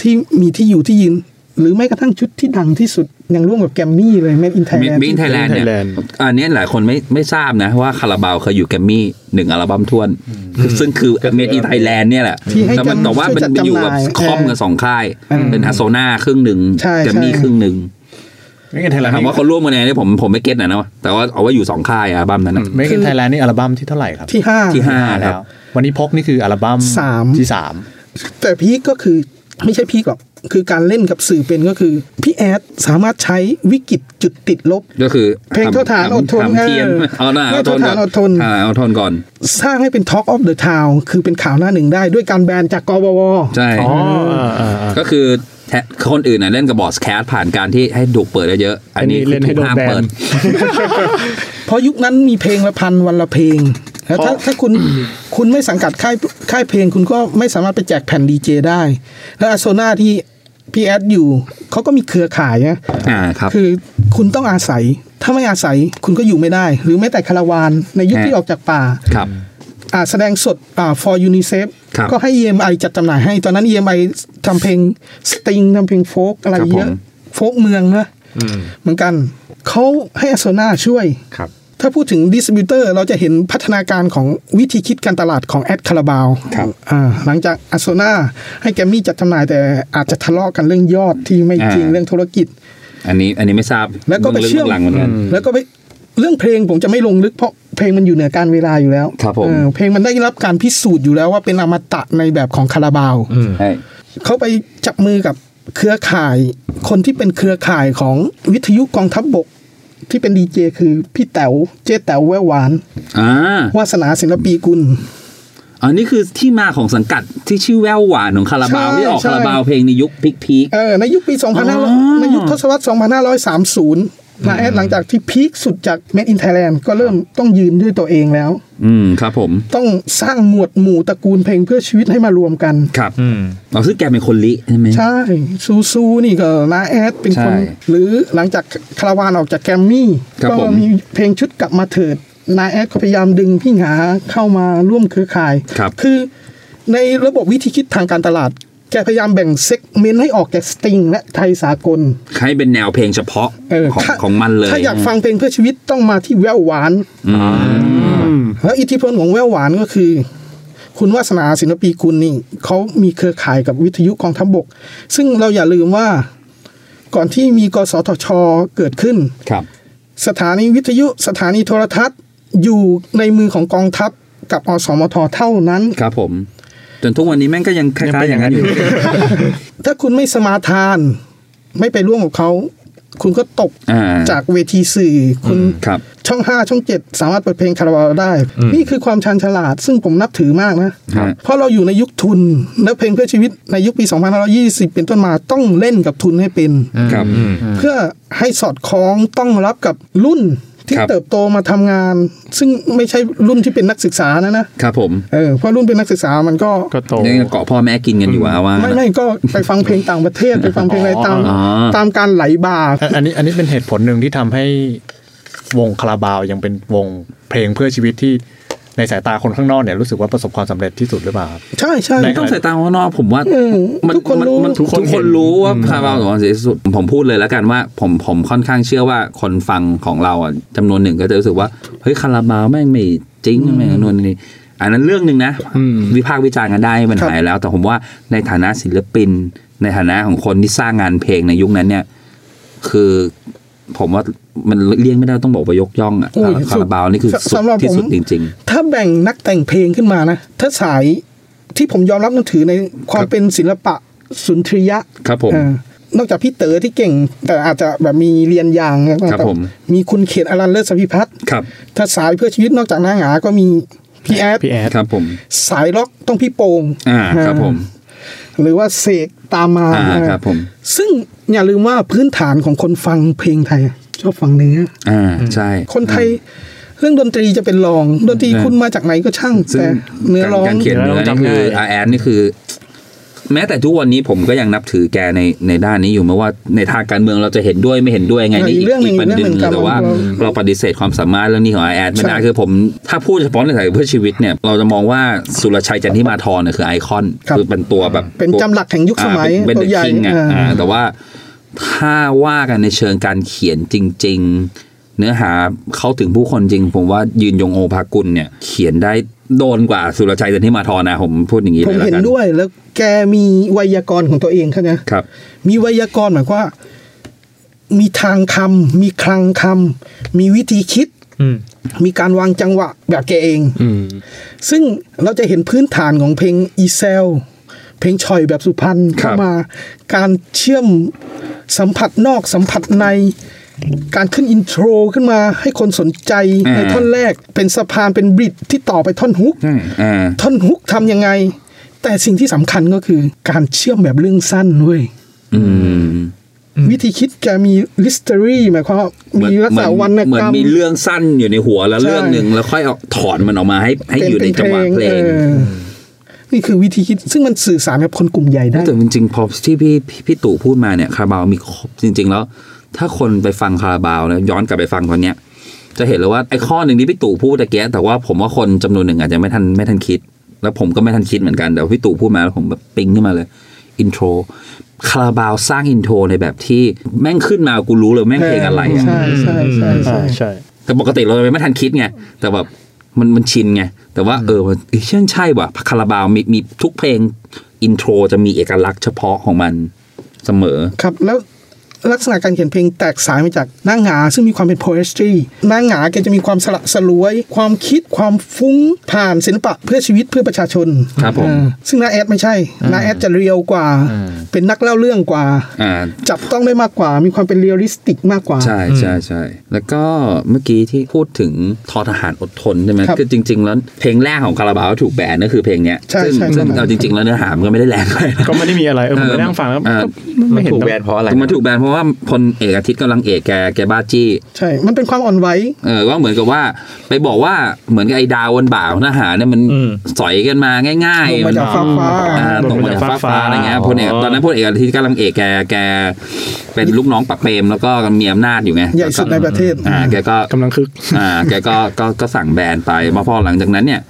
[SPEAKER 6] ที่มีที่อยู่ที่ยืน หรือแม้กระทั่งชุดที่ดังที่สุด อย่างร่วมกับแกรมมี่เลย Made in
[SPEAKER 5] มิน
[SPEAKER 6] Thailand
[SPEAKER 5] มินไทยแลนด์เนี่ย
[SPEAKER 3] Thailand
[SPEAKER 5] อันเนี้ยหลายคนไม่ไม่ทราบนะ ว่าคาราบาวเคยอยู่แกรมมี่หนึ่งอัลบั้มท้วน ซึ่งคือเมด i นไทยแลนด์เนี่ยแหละ
[SPEAKER 6] ที่ให้
[SPEAKER 5] แต่มัน
[SPEAKER 6] จำ
[SPEAKER 5] แต่ว่า
[SPEAKER 6] ช่วย
[SPEAKER 5] มัน
[SPEAKER 6] จัด
[SPEAKER 5] มันอยู่กับ
[SPEAKER 6] จำห
[SPEAKER 5] ค
[SPEAKER 6] น่าย
[SPEAKER 5] อมกันสองค่าย
[SPEAKER 6] อืม
[SPEAKER 5] เป็นอาโซนาครึ่งหนึ่ง
[SPEAKER 6] ใช่
[SPEAKER 5] แกรมมี่
[SPEAKER 6] ใช่
[SPEAKER 5] ครึ่งหนึ่ง
[SPEAKER 3] ไม่กันไทยแลนด์
[SPEAKER 5] ถามว่าคนร่วมกันเนี่ยผมผมไม่เก็ตนะนะแต่ว่าเอาว่าอยู่สองค่ายอัลบั้มนั้นนะ
[SPEAKER 3] ไม่กันไทยแลนด์นี่อัลบั้มที่เท่าไหร่ครับ
[SPEAKER 6] ที่ห้า
[SPEAKER 5] ที่ห้า
[SPEAKER 3] แล้ว วันนี้พกนี่คืออัลบั้ม
[SPEAKER 6] สาม
[SPEAKER 3] ที่สาม
[SPEAKER 6] แต่พีคก็คือไม่ใช่พีคหรอก คือการเล่นกับสื่อเป็นก็คือ พี่แอดสามารถใช้วิกฤตจุดติดลบ
[SPEAKER 5] ก็คือ
[SPEAKER 6] เพลงเท่าฐานอดทน
[SPEAKER 5] ำเทียน
[SPEAKER 6] เออ
[SPEAKER 5] เอาหน้า
[SPEAKER 6] เพล
[SPEAKER 5] เอา
[SPEAKER 6] ง
[SPEAKER 5] ทก่อน
[SPEAKER 6] เท่านฐานอดทน
[SPEAKER 5] อ่าเอาทนก่อน
[SPEAKER 6] สร้างให้เป็น Talk of the Town คือเป็นข่าวหน้าหนึ่งได้ด้วยการแบนจากกบว
[SPEAKER 5] ใช่
[SPEAKER 3] อ๋ออ่าอ่า
[SPEAKER 5] ก็คือแทะคนอื่นน่ะเล่นกับบอสแคสผ่านการที่ให้ดูเปิดเยอะๆอันนี้
[SPEAKER 3] อันนี้เล่นให้
[SPEAKER 5] ถูกห้าม
[SPEAKER 3] โดนแบน
[SPEAKER 5] เปิด
[SPEAKER 6] เพราะยุคนั้นมีเพลงละพันวันละเพลง แล้วถ้าถ้าคุณ [COUGHS] คุณไม่สังกัดค่ายค่ายเพลงคุณก็ไม่สามารถไปแจกแผ่นดีเจได้ แล้วอาโซนาที่พี่แอดอยู่เขาก็มีเครือข่ายนะ
[SPEAKER 5] อ่าครับ
[SPEAKER 6] คือคุณต้องอาศัย ถ้าไม่อาศัยคุณก็อยู่ไม่ได้ หรือแม้แต่คาราวานในยุค
[SPEAKER 5] ฮะ
[SPEAKER 6] ที่ออกจากป่า
[SPEAKER 5] ครับ
[SPEAKER 6] อ่าแสดงสดอ่า for UNICEF
[SPEAKER 5] ครับ
[SPEAKER 6] ก็ให้ EMI จัดจำหน่ายให้ ตอนนั้น EMI ทำเพลงสติงทำเพลงโฟกอะไรเยอะโฟกเมืองนะเหมือนกันเขาให้อาโซนาช่วย
[SPEAKER 4] ครับ
[SPEAKER 6] ถ้าพูดถึงดิสติบิวเตอร์เราจะเห็นพัฒนาการของวิธีคิดการตลาดของแอดคาราบาว
[SPEAKER 5] ครับ
[SPEAKER 6] หลังจากอาโซนาให้แกมมี่จัดจำหน่ายแต่อาจจะทะเลาะกันเรื่องยอดที่ไม่จริง
[SPEAKER 5] อ่า
[SPEAKER 6] เรื่องธุรกิจ
[SPEAKER 5] อันนี้อันนี้ไม่ทราบ
[SPEAKER 6] แล้วก็ไป
[SPEAKER 5] รื่อง
[SPEAKER 6] เชื่อม
[SPEAKER 5] หลังเหมือนกัน
[SPEAKER 6] แล้วก็ไปเรื่องเพลงผมจะไม่ลงลึกเพราะเพลงมันอยู่เหนือการเวลาอยู่แล้ว
[SPEAKER 5] ครับผม
[SPEAKER 6] เออเพลงมันได้รับการพิสูจน์อยู่แล้วว่าเป็นอมตะในแบบของคาราบาว
[SPEAKER 5] ใช่
[SPEAKER 6] เขาไปจับมือกับเครือข่าย คนที่เป็นเครือข่ายของวิทยุกองทัพบบก ที่เป็นดีเจคือพี่แต๋วเจ๊แต๋วแววหวาน
[SPEAKER 5] อ่าว
[SPEAKER 6] าสนาศิลปีกุล
[SPEAKER 5] อันนี้คือที่มาของสังกัดที่ชื่อแววหวานของคาราบาว
[SPEAKER 6] ใช่
[SPEAKER 5] ที่ออก
[SPEAKER 6] ใช่
[SPEAKER 5] คาราบาวเพลงในยุคพีคพีค
[SPEAKER 6] เออในยุคปี
[SPEAKER 5] อ
[SPEAKER 6] 2500 ในยุคทศวรรษ 2530นาแอดหลังจากที่พีคสุดจาก Made in Thailand ก็เริ่มต้องยืนด้วยตัวเองแล้ว
[SPEAKER 5] อืมครับผม
[SPEAKER 6] ต้องสร้างหมวดหมู่ตระกูลเพลงเพื่อชีวิตให้มารวมกัน
[SPEAKER 5] ครับเราซึ่งแกเป็นคนลิใช่ไหม
[SPEAKER 6] ใช่ซูซูนี่ก็นาแอดเป็นคน
[SPEAKER 5] ใช่
[SPEAKER 6] หรือหลังจากคาราวานออกจากแกรมมี่
[SPEAKER 5] ครับ
[SPEAKER 6] ก็
[SPEAKER 5] ผม
[SPEAKER 6] มีเพลงชุดกลับมาเถิดนาแอดก็พยายามดึงพี่หงาเข้ามาร่วมเครือข่าย
[SPEAKER 5] ครับ
[SPEAKER 6] คือในระบบวิธีคิดทางการตลาด แกพยายามแบ่งเซกเมนต์ให้ออกจากสตริงและไทยสากล
[SPEAKER 5] ให้เป็นแนวเพลงเฉพาะ
[SPEAKER 6] เ
[SPEAKER 5] ของ
[SPEAKER 6] ถ้า
[SPEAKER 5] ของมันเลย
[SPEAKER 6] ถ้าอยากฟังเพลงเพื่อชีวิตต้องมาที่แววหวาน
[SPEAKER 5] อืม
[SPEAKER 6] แล้วอิทธิพลของแววหวานก็คือ คุณวาสนาศิลปีกุลนี่เขามีเครือข่ายกับวิทยุกองทัพบบก ซึ่งเราอย่าลืมว่า ก่อนที่มีกสทช เกิดขึ้น
[SPEAKER 5] ครับ
[SPEAKER 6] สถานีวิทยุสถานีโทรทัศน์ อยู่ในมือของกองทัพกับอสมทเท่านั้น
[SPEAKER 5] ครับผม จนทุกวันนี้แม่งก็ยังคล้ายๆอย่างนั้นอยู่
[SPEAKER 6] ถ้าคุณไม่สมาทาน ไม่ไปร่วมกับเขา คุณก็ตก
[SPEAKER 5] อ่า
[SPEAKER 6] จากเวทีสื่อคุณ
[SPEAKER 5] ครับ
[SPEAKER 6] ช่อง 5 ช่อง 7 สามารถเปิดเพลงคาราบาวได้ นี่คือความชันฉลาด ซึ่งผมนับถือมากนะ
[SPEAKER 5] ครับ
[SPEAKER 6] เพราะเราอยู่ในยุคทุน และเพลงเพื่อชีวิตในยุคปี 2520 เป็นต้นมาต้องเล่นกับทุนให้เป็น
[SPEAKER 5] ครับ
[SPEAKER 6] เพื่อให้สอดคล้องต้องรับกับรุ่นที่
[SPEAKER 5] ครับ
[SPEAKER 6] เติบโตมาทำงาน ซึ่งไม่ใช่รุ่นที่เป็นนักศึกษานะนะครับ
[SPEAKER 5] ผม
[SPEAKER 6] เออเพราะรุ่นเป็นนักศึกษามันก็
[SPEAKER 3] ก็โต
[SPEAKER 5] ยังเกาะพ่อแม่กินกันอยู่อะว่า
[SPEAKER 6] ไม่ไม่ก็ไปฟังเพลงต่างประเทศ ไปฟังเพลงอะไรตาม
[SPEAKER 5] อ๋อ
[SPEAKER 6] ตามการไหลบา
[SPEAKER 3] อันอันนี้อันนี้เป็นเหตุผลหนึ่งที่ทำให้วงคาราบาวยังเป็นวงเพลงเพื่อชีวิตที่ในสายตาคนข้างนอกเนี่ยรู้สึกว่าประสบความสำเร็จที่สุดหรือเปล่าครับ
[SPEAKER 6] ใช่ใช่
[SPEAKER 5] ไม่ต้องใส่ตาข้างนอกผมว่า
[SPEAKER 6] เออ
[SPEAKER 5] มั
[SPEAKER 6] ทุกคนรู้
[SPEAKER 5] มัทุกคน
[SPEAKER 3] ทุกคนเห็น
[SPEAKER 5] รู้ว่าคาราบาวสองเสียสุดผมพูดเลยแล้วกันว่า ผมผมค่อนข้างเชื่อว่าคนฟังของเราอ่ะจำนวนหนึ่งก็จะรู้สึกว่าเฮ้ยคาราบาวแม่งไม่จริงแม่งนู่นนี่ อันนั้นเรื่องหนึ่งนะวิพากษ์วิจารณ์กันได้ไม่เป็น
[SPEAKER 6] ครับ
[SPEAKER 5] ไรแล้ว แต่ผมว่าในฐานะศิลปิน ในฐานะของคนที่สร้างงานเพลงในยุคนั้นเนี่ย คือผมว่ามันเลี่ยงไม่ได้ต้องบอกว่ายกย่องอะ
[SPEAKER 6] โอ้ย
[SPEAKER 5] คาราบาวนี่คือสุด
[SPEAKER 6] สำหรับ
[SPEAKER 5] ที่
[SPEAKER 6] ผม
[SPEAKER 5] สุดจริง
[SPEAKER 6] ถ้าแบ่งนักแต่งเพลงขึ้นมานะ ถ้าสายที่ผมยอมรับนับถือในความเป็นศิลปะสุนทรียะ
[SPEAKER 5] ๆ ครับผม
[SPEAKER 6] เอ่อนอกจากพี่เต๋อที่เก่ง แต่อาจจะแบบมีเรียนอย่าง
[SPEAKER 5] ครับผม
[SPEAKER 6] มีคุณเขตอรันเลิศสพิพัฒน์
[SPEAKER 5] ครับ
[SPEAKER 6] ถ้าสายเพื่อชีวิตนอกจากนางหงาก็มีพี่แอด
[SPEAKER 3] พี่แอด
[SPEAKER 5] ครับผม
[SPEAKER 6] สายล็อกต้องพี่โป่ง
[SPEAKER 5] อ่าครับผม
[SPEAKER 6] หรือว่าเสกตามมา
[SPEAKER 5] อ่าครับผม
[SPEAKER 6] ซึ่งอย่าลืมว่าพื้นฐานของคนฟังเพลงไทยชอบฟังเนื้อ
[SPEAKER 5] อ่าใช่
[SPEAKER 6] คนไทยเรื่องดนตรีจะเป็นรอง ดนตรีคุณมาจากไหนก็ช่าง
[SPEAKER 5] ซึ่ง
[SPEAKER 6] แต่เนื้อร้อง
[SPEAKER 5] การเขียนเนื้อนี่คืออาแอนนี่คือ แม้แต่ทุกวันนี้ผมก็ยังนับถือแกในในด้านนี้อยู่ไม่ว่าในทางการเมืองเราจะเห็นด้วยไม่เห็นด้วยยังไงนี่อี
[SPEAKER 6] อีก
[SPEAKER 5] ก
[SPEAKER 6] เรื่องหนึ่
[SPEAKER 5] อี
[SPEAKER 6] ง
[SPEAKER 5] กประเด็นหนึ่ง
[SPEAKER 6] อีกเรื่องหนึ่ง
[SPEAKER 5] แต่ว่า
[SPEAKER 6] ครับ
[SPEAKER 5] เราปฏิเสธความสามารถเรื่องนี้ของอาแอนไม่ได้
[SPEAKER 6] ใช่
[SPEAKER 5] คือผมถ้าพูดเฉพาะในสายเพื่อชีวิตเนี่ย เราจะมองว่าสุรชัยจันทิมาทรเนี่ยคือไอคอนคือเป็นตัวแบบ
[SPEAKER 6] เป็นจำหลักแห่งยุคสมัย
[SPEAKER 5] อ่าเป็น
[SPEAKER 6] ตั
[SPEAKER 5] เด
[SPEAKER 6] วใหญ่
[SPEAKER 5] คิงอ่ะ
[SPEAKER 6] อ่า
[SPEAKER 5] อ่าแต่ว่าถ้าว่ากันในเชิงการเขียนจริง ๆ เนื้อหาเข้าถึงผู้คนจริง ผมว่ายืนยงโอภากุลเนี่ย เขียนได้โดนกว่าสุรชัยจันทิมาทรนะผมพูดอย่างนี้
[SPEAKER 6] ผม
[SPEAKER 5] เลยละ
[SPEAKER 6] เห็น
[SPEAKER 5] กัน
[SPEAKER 6] ด้วยแล้วแกมีไวยากรณ์ของตัวเองเขานะครับ มีไวยากรณ์หมายความว่า มีทางคำมีคลังคำมีวิธีคิด
[SPEAKER 1] อืม
[SPEAKER 6] มีการวางจังหวะแบบแกเอง
[SPEAKER 4] อืม
[SPEAKER 6] ซึ่งเราจะเห็นพื้นฐานของเพลงอีเซล เพลงชอยแบบสุพรรณ
[SPEAKER 5] ครั
[SPEAKER 6] เข้า
[SPEAKER 5] บ
[SPEAKER 6] มา การเชื่อมสัมผัสนอกสัมผัสใน การขึ้นอินโทรขึ้นมาให้คนสนใจในท่อนแรกเป็นสะพานเป็นบริดจ์ที่ต่อไปท่อนฮุก
[SPEAKER 5] ใช่อ่า
[SPEAKER 6] ท่อนฮุกทำยังไง แต่สิ่งที่สำคัญก็คือการเชื่อมแบบเรื่องสั้นเว้ย
[SPEAKER 5] อืม
[SPEAKER 6] วิธีคิดแกมีลิสตอรี่หมายความว่ามีลักษณะวรรณ
[SPEAKER 5] เห
[SPEAKER 6] ก
[SPEAKER 5] มือ
[SPEAKER 6] ร
[SPEAKER 5] น
[SPEAKER 6] รม
[SPEAKER 5] มีเรื่องสั้นอยู่ในหัวแล้ว
[SPEAKER 6] ใช่
[SPEAKER 5] เรื่องหนึ่งแล้วค่อยเอาถอนมันออกมาให้ให้อยู่ในจังหวะเพลง
[SPEAKER 6] ออนี่คือวิธีคิดซึ่งมันสื่อสารกับคนกลุ่มใหญ่ได้
[SPEAKER 5] แต่จริงๆพอที่พี่พี่พี่ตู่พูดมาเนี่ยคาราบาวมีครบจริง ๆ แล้ว ถ้าคนไปฟังคาราบาวนะย้อนกลับไปฟังตอนเนี้ย จะเห็นเลยว่าไอ้ข้อหนึ่งที่พี่ตู่พูดตะเกียะแต่ว่าผมว่าคนจำนวนหนึ่งอาจจะไม่ทันไม่ทันคิด แล้วผมก็ไม่ทันคิดเหมือนกันแต่ว่าพี่ตู่พูดมาแล้วผมแบบปิ๊งขึ้นมาเลยอินโทรคาราบาวสร้างอินโทรในแบบที่แม่งขึ้นมากูรู้เลยแม่งเพลงอะไรอะ
[SPEAKER 6] ใช่ใช่ใช่ใช่
[SPEAKER 3] อ่าใช่
[SPEAKER 5] แต่ปกติเราจะไม่ทันคิดไง แต่แบบมันมันชินไง แต่ว่าเออมันเอ้ยเช่นใช่ว่ะคาราบาวมีมีทุกเพลงอินโทรจะมีเอกลักษณ์เฉพาะของมันเสมอ
[SPEAKER 6] ครับ แล้วลักษณะการเขียนเพลงแตกสายมาจากหน้างหงาซึ่งมีความเป็น poetry หน้างหงาแกจะมีความสละสลวย ความคิดความฟุ้งผ่านศิลปะเพื่อชีวิตเพื่อประชาชน
[SPEAKER 5] ครับผม
[SPEAKER 6] เออซึ่งนาแอดไม่ใช่นาแอดจะเรียวกว่า เป็นนักเล่าเรื่องกว่า
[SPEAKER 5] อ่า
[SPEAKER 6] จับต้องได้มากกว่า มีความเป็นเรียลลิสติกมากกว่า
[SPEAKER 5] ใช่ใช่ใช่แล้วก็เมื่อกี้ที่พูดถึงทอทหารอดทนใช่ไหม
[SPEAKER 6] ครับ
[SPEAKER 5] คือจริง ๆ แล้วเพลงแรกของคาราบาวถูกแบนก็คือเพลงเนี้ย
[SPEAKER 6] ใช่
[SPEAKER 5] ซึ่ง
[SPEAKER 6] ใช่
[SPEAKER 5] ซึ่ง
[SPEAKER 6] ใช่
[SPEAKER 5] เอาจริง ๆ แล้วเนื้อหามันก็ไม่ได้แรงอะไรนะ
[SPEAKER 3] ก็ไม่ได้มีอะไรเออผมไปนั่งฟังแล้ว
[SPEAKER 5] เออ
[SPEAKER 3] ก็ไม่เห็น
[SPEAKER 4] ถูก
[SPEAKER 3] นะ
[SPEAKER 4] แบนเพราะอะไร
[SPEAKER 5] มันถูกแบนเพราะว่าพลเอกอาทิตย์กำลังเอกแกแกบ้าจี้
[SPEAKER 6] ใช่ มันเป็นความอ่อนไหว
[SPEAKER 5] เออว่าเหมือนกับว่าไปบอกว่าเหมือนกับไอ้ดาวบนบ่าวทหารเนี่ยมันสอยกันมาง่าย
[SPEAKER 6] ลง
[SPEAKER 5] ๆ
[SPEAKER 6] มาจากฟ้าฟ้า
[SPEAKER 5] อ่าตกมาจากฟ้าฟ้าอะไรเงี้ยพลเอกตอนนั้นพลเอกอาทิตย์กำลังเอกแกแกเป็นลูกน้องปราบเปรมแล้วก็มีอำนาจอยู่ไง
[SPEAKER 6] ใหญ่สุดในประเทศ
[SPEAKER 5] อ่าแกก็
[SPEAKER 3] กำลังคึก
[SPEAKER 6] [LAUGHS]
[SPEAKER 5] อ่าแกก็ก็ก็สั่งแบนไปมาพอหลังจากนั้นเนี่ย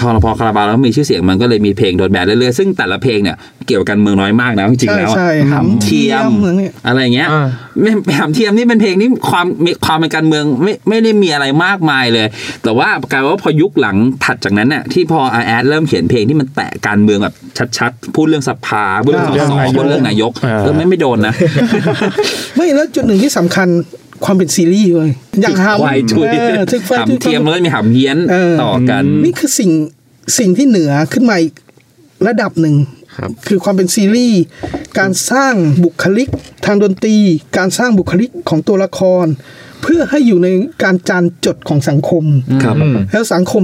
[SPEAKER 5] คาราพอคาราบาวแล้วมีชื่อเสียงมันก็เลยมีเพลงโดนแบนเรื่อยๆซึ่งแต่ละเพลงเนี่ยเกี่ยวกันเมืองน้อยมากนะจริงๆแล้วอะ
[SPEAKER 6] ใช่ใช่
[SPEAKER 5] หำเทียม
[SPEAKER 6] หำเทียมอะไร
[SPEAKER 5] อะไร
[SPEAKER 6] เนี่ย
[SPEAKER 5] เงี้ย
[SPEAKER 4] อ่า
[SPEAKER 5] ไม่หามเทียมนี่เป็นเพลงที่ความมีความเป็นการเมืองไม่ไม่ได้มีอะไรมากมายเลย แต่ว่ากลายเป็นว่าพอยุคหลังถัดจากนั้นน่ะที่พออาแอดเริ่มเขียนเพลงที่มันแตะการเมืองแบบชัดๆ พูดเรื่องสภาพูดเรื่องสสพูดเรื่องนายก
[SPEAKER 3] อ่า
[SPEAKER 5] เออไม่ไม่โดนนะ
[SPEAKER 6] ไม่แล้วจุดหนึ่งที่สำคัญความเป็นซีรีส์เลยอย่างหาม
[SPEAKER 5] ควายชุย
[SPEAKER 6] เออทึกไฟ
[SPEAKER 5] หาม
[SPEAKER 6] ทึกไฟ
[SPEAKER 5] เทียมแล้วมีหามเยี้ยน
[SPEAKER 6] เออ
[SPEAKER 5] ต่อกัน
[SPEAKER 6] นี่คือสิ่งสิ่งที่เหนือขึ้นมาอีกระดับหนึ่ง
[SPEAKER 4] ครับ
[SPEAKER 6] คือความเป็นซีรีส์การสร้างบุคลิกทางดนตรี การสร้างบุคลิกของตัวละคร เพื่อให้อยู่ในการจานจดของสังคม
[SPEAKER 5] ครับ
[SPEAKER 6] แล้วสังคม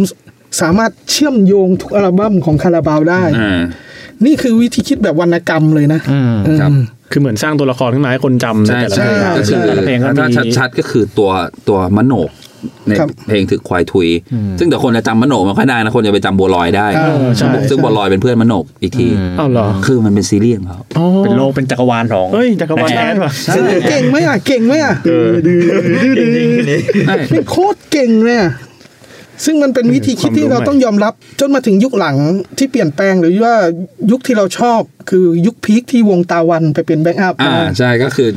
[SPEAKER 6] สามารถเชื่อมโยงทุกอัลบั้มของคาราบาวได้
[SPEAKER 5] อ่า
[SPEAKER 6] นี่คือวิธีคิดแบบวรรณกรรมเลยนะเออ
[SPEAKER 5] ครับ
[SPEAKER 3] คือเหมือนสร้างตัวละครขึ้นมาให้คนจำใน
[SPEAKER 5] ใช่
[SPEAKER 3] แต่ละ
[SPEAKER 5] ใช่
[SPEAKER 3] เพลง
[SPEAKER 5] ก็คือ
[SPEAKER 3] แต่ละเพลงก็
[SPEAKER 5] ถ้า
[SPEAKER 3] มี
[SPEAKER 5] ชัดๆก็คือตัวตัวมโนกใน
[SPEAKER 6] ครับ
[SPEAKER 5] เพลงถึกควายทุย ซึ่งแต่คนจะจำมโนกไมันค่อยได้นะคนจะไปจำบัวลอยได้
[SPEAKER 6] เออใช่
[SPEAKER 5] ซึ่งบัวลอยเป็นเพื่อนมโนกอีกที
[SPEAKER 3] อ้าวเหรอ
[SPEAKER 5] คือมันเป็นซีรีส์ของเขา
[SPEAKER 3] อ๋อเป็ เป็น นโล โล กก เป็นจักรวาลของเอ้
[SPEAKER 2] เฮ้
[SPEAKER 3] ย
[SPEAKER 2] ยจักรวาล
[SPEAKER 3] แอ
[SPEAKER 2] แอ
[SPEAKER 3] ด
[SPEAKER 2] ด
[SPEAKER 3] ว่ะ
[SPEAKER 2] ว่ะ
[SPEAKER 6] เก่งไหมอ่ะเก่งไหมอ่ะ
[SPEAKER 4] เก่งจริงทีนี้
[SPEAKER 6] เป็นโคตรเก่งเลยอะซึ่งมันเป็นวิธีคิดที่เราต้องยอมรับ จนมาถึงยุคหลังที่เปลี่ยนแปลงหรือว่ายุคที่เราชอบ คือยุคพีคที่วงตาวันไปเป็นแบ็กอัพ
[SPEAKER 5] อ่า
[SPEAKER 6] มา
[SPEAKER 5] ใช่ก็คือ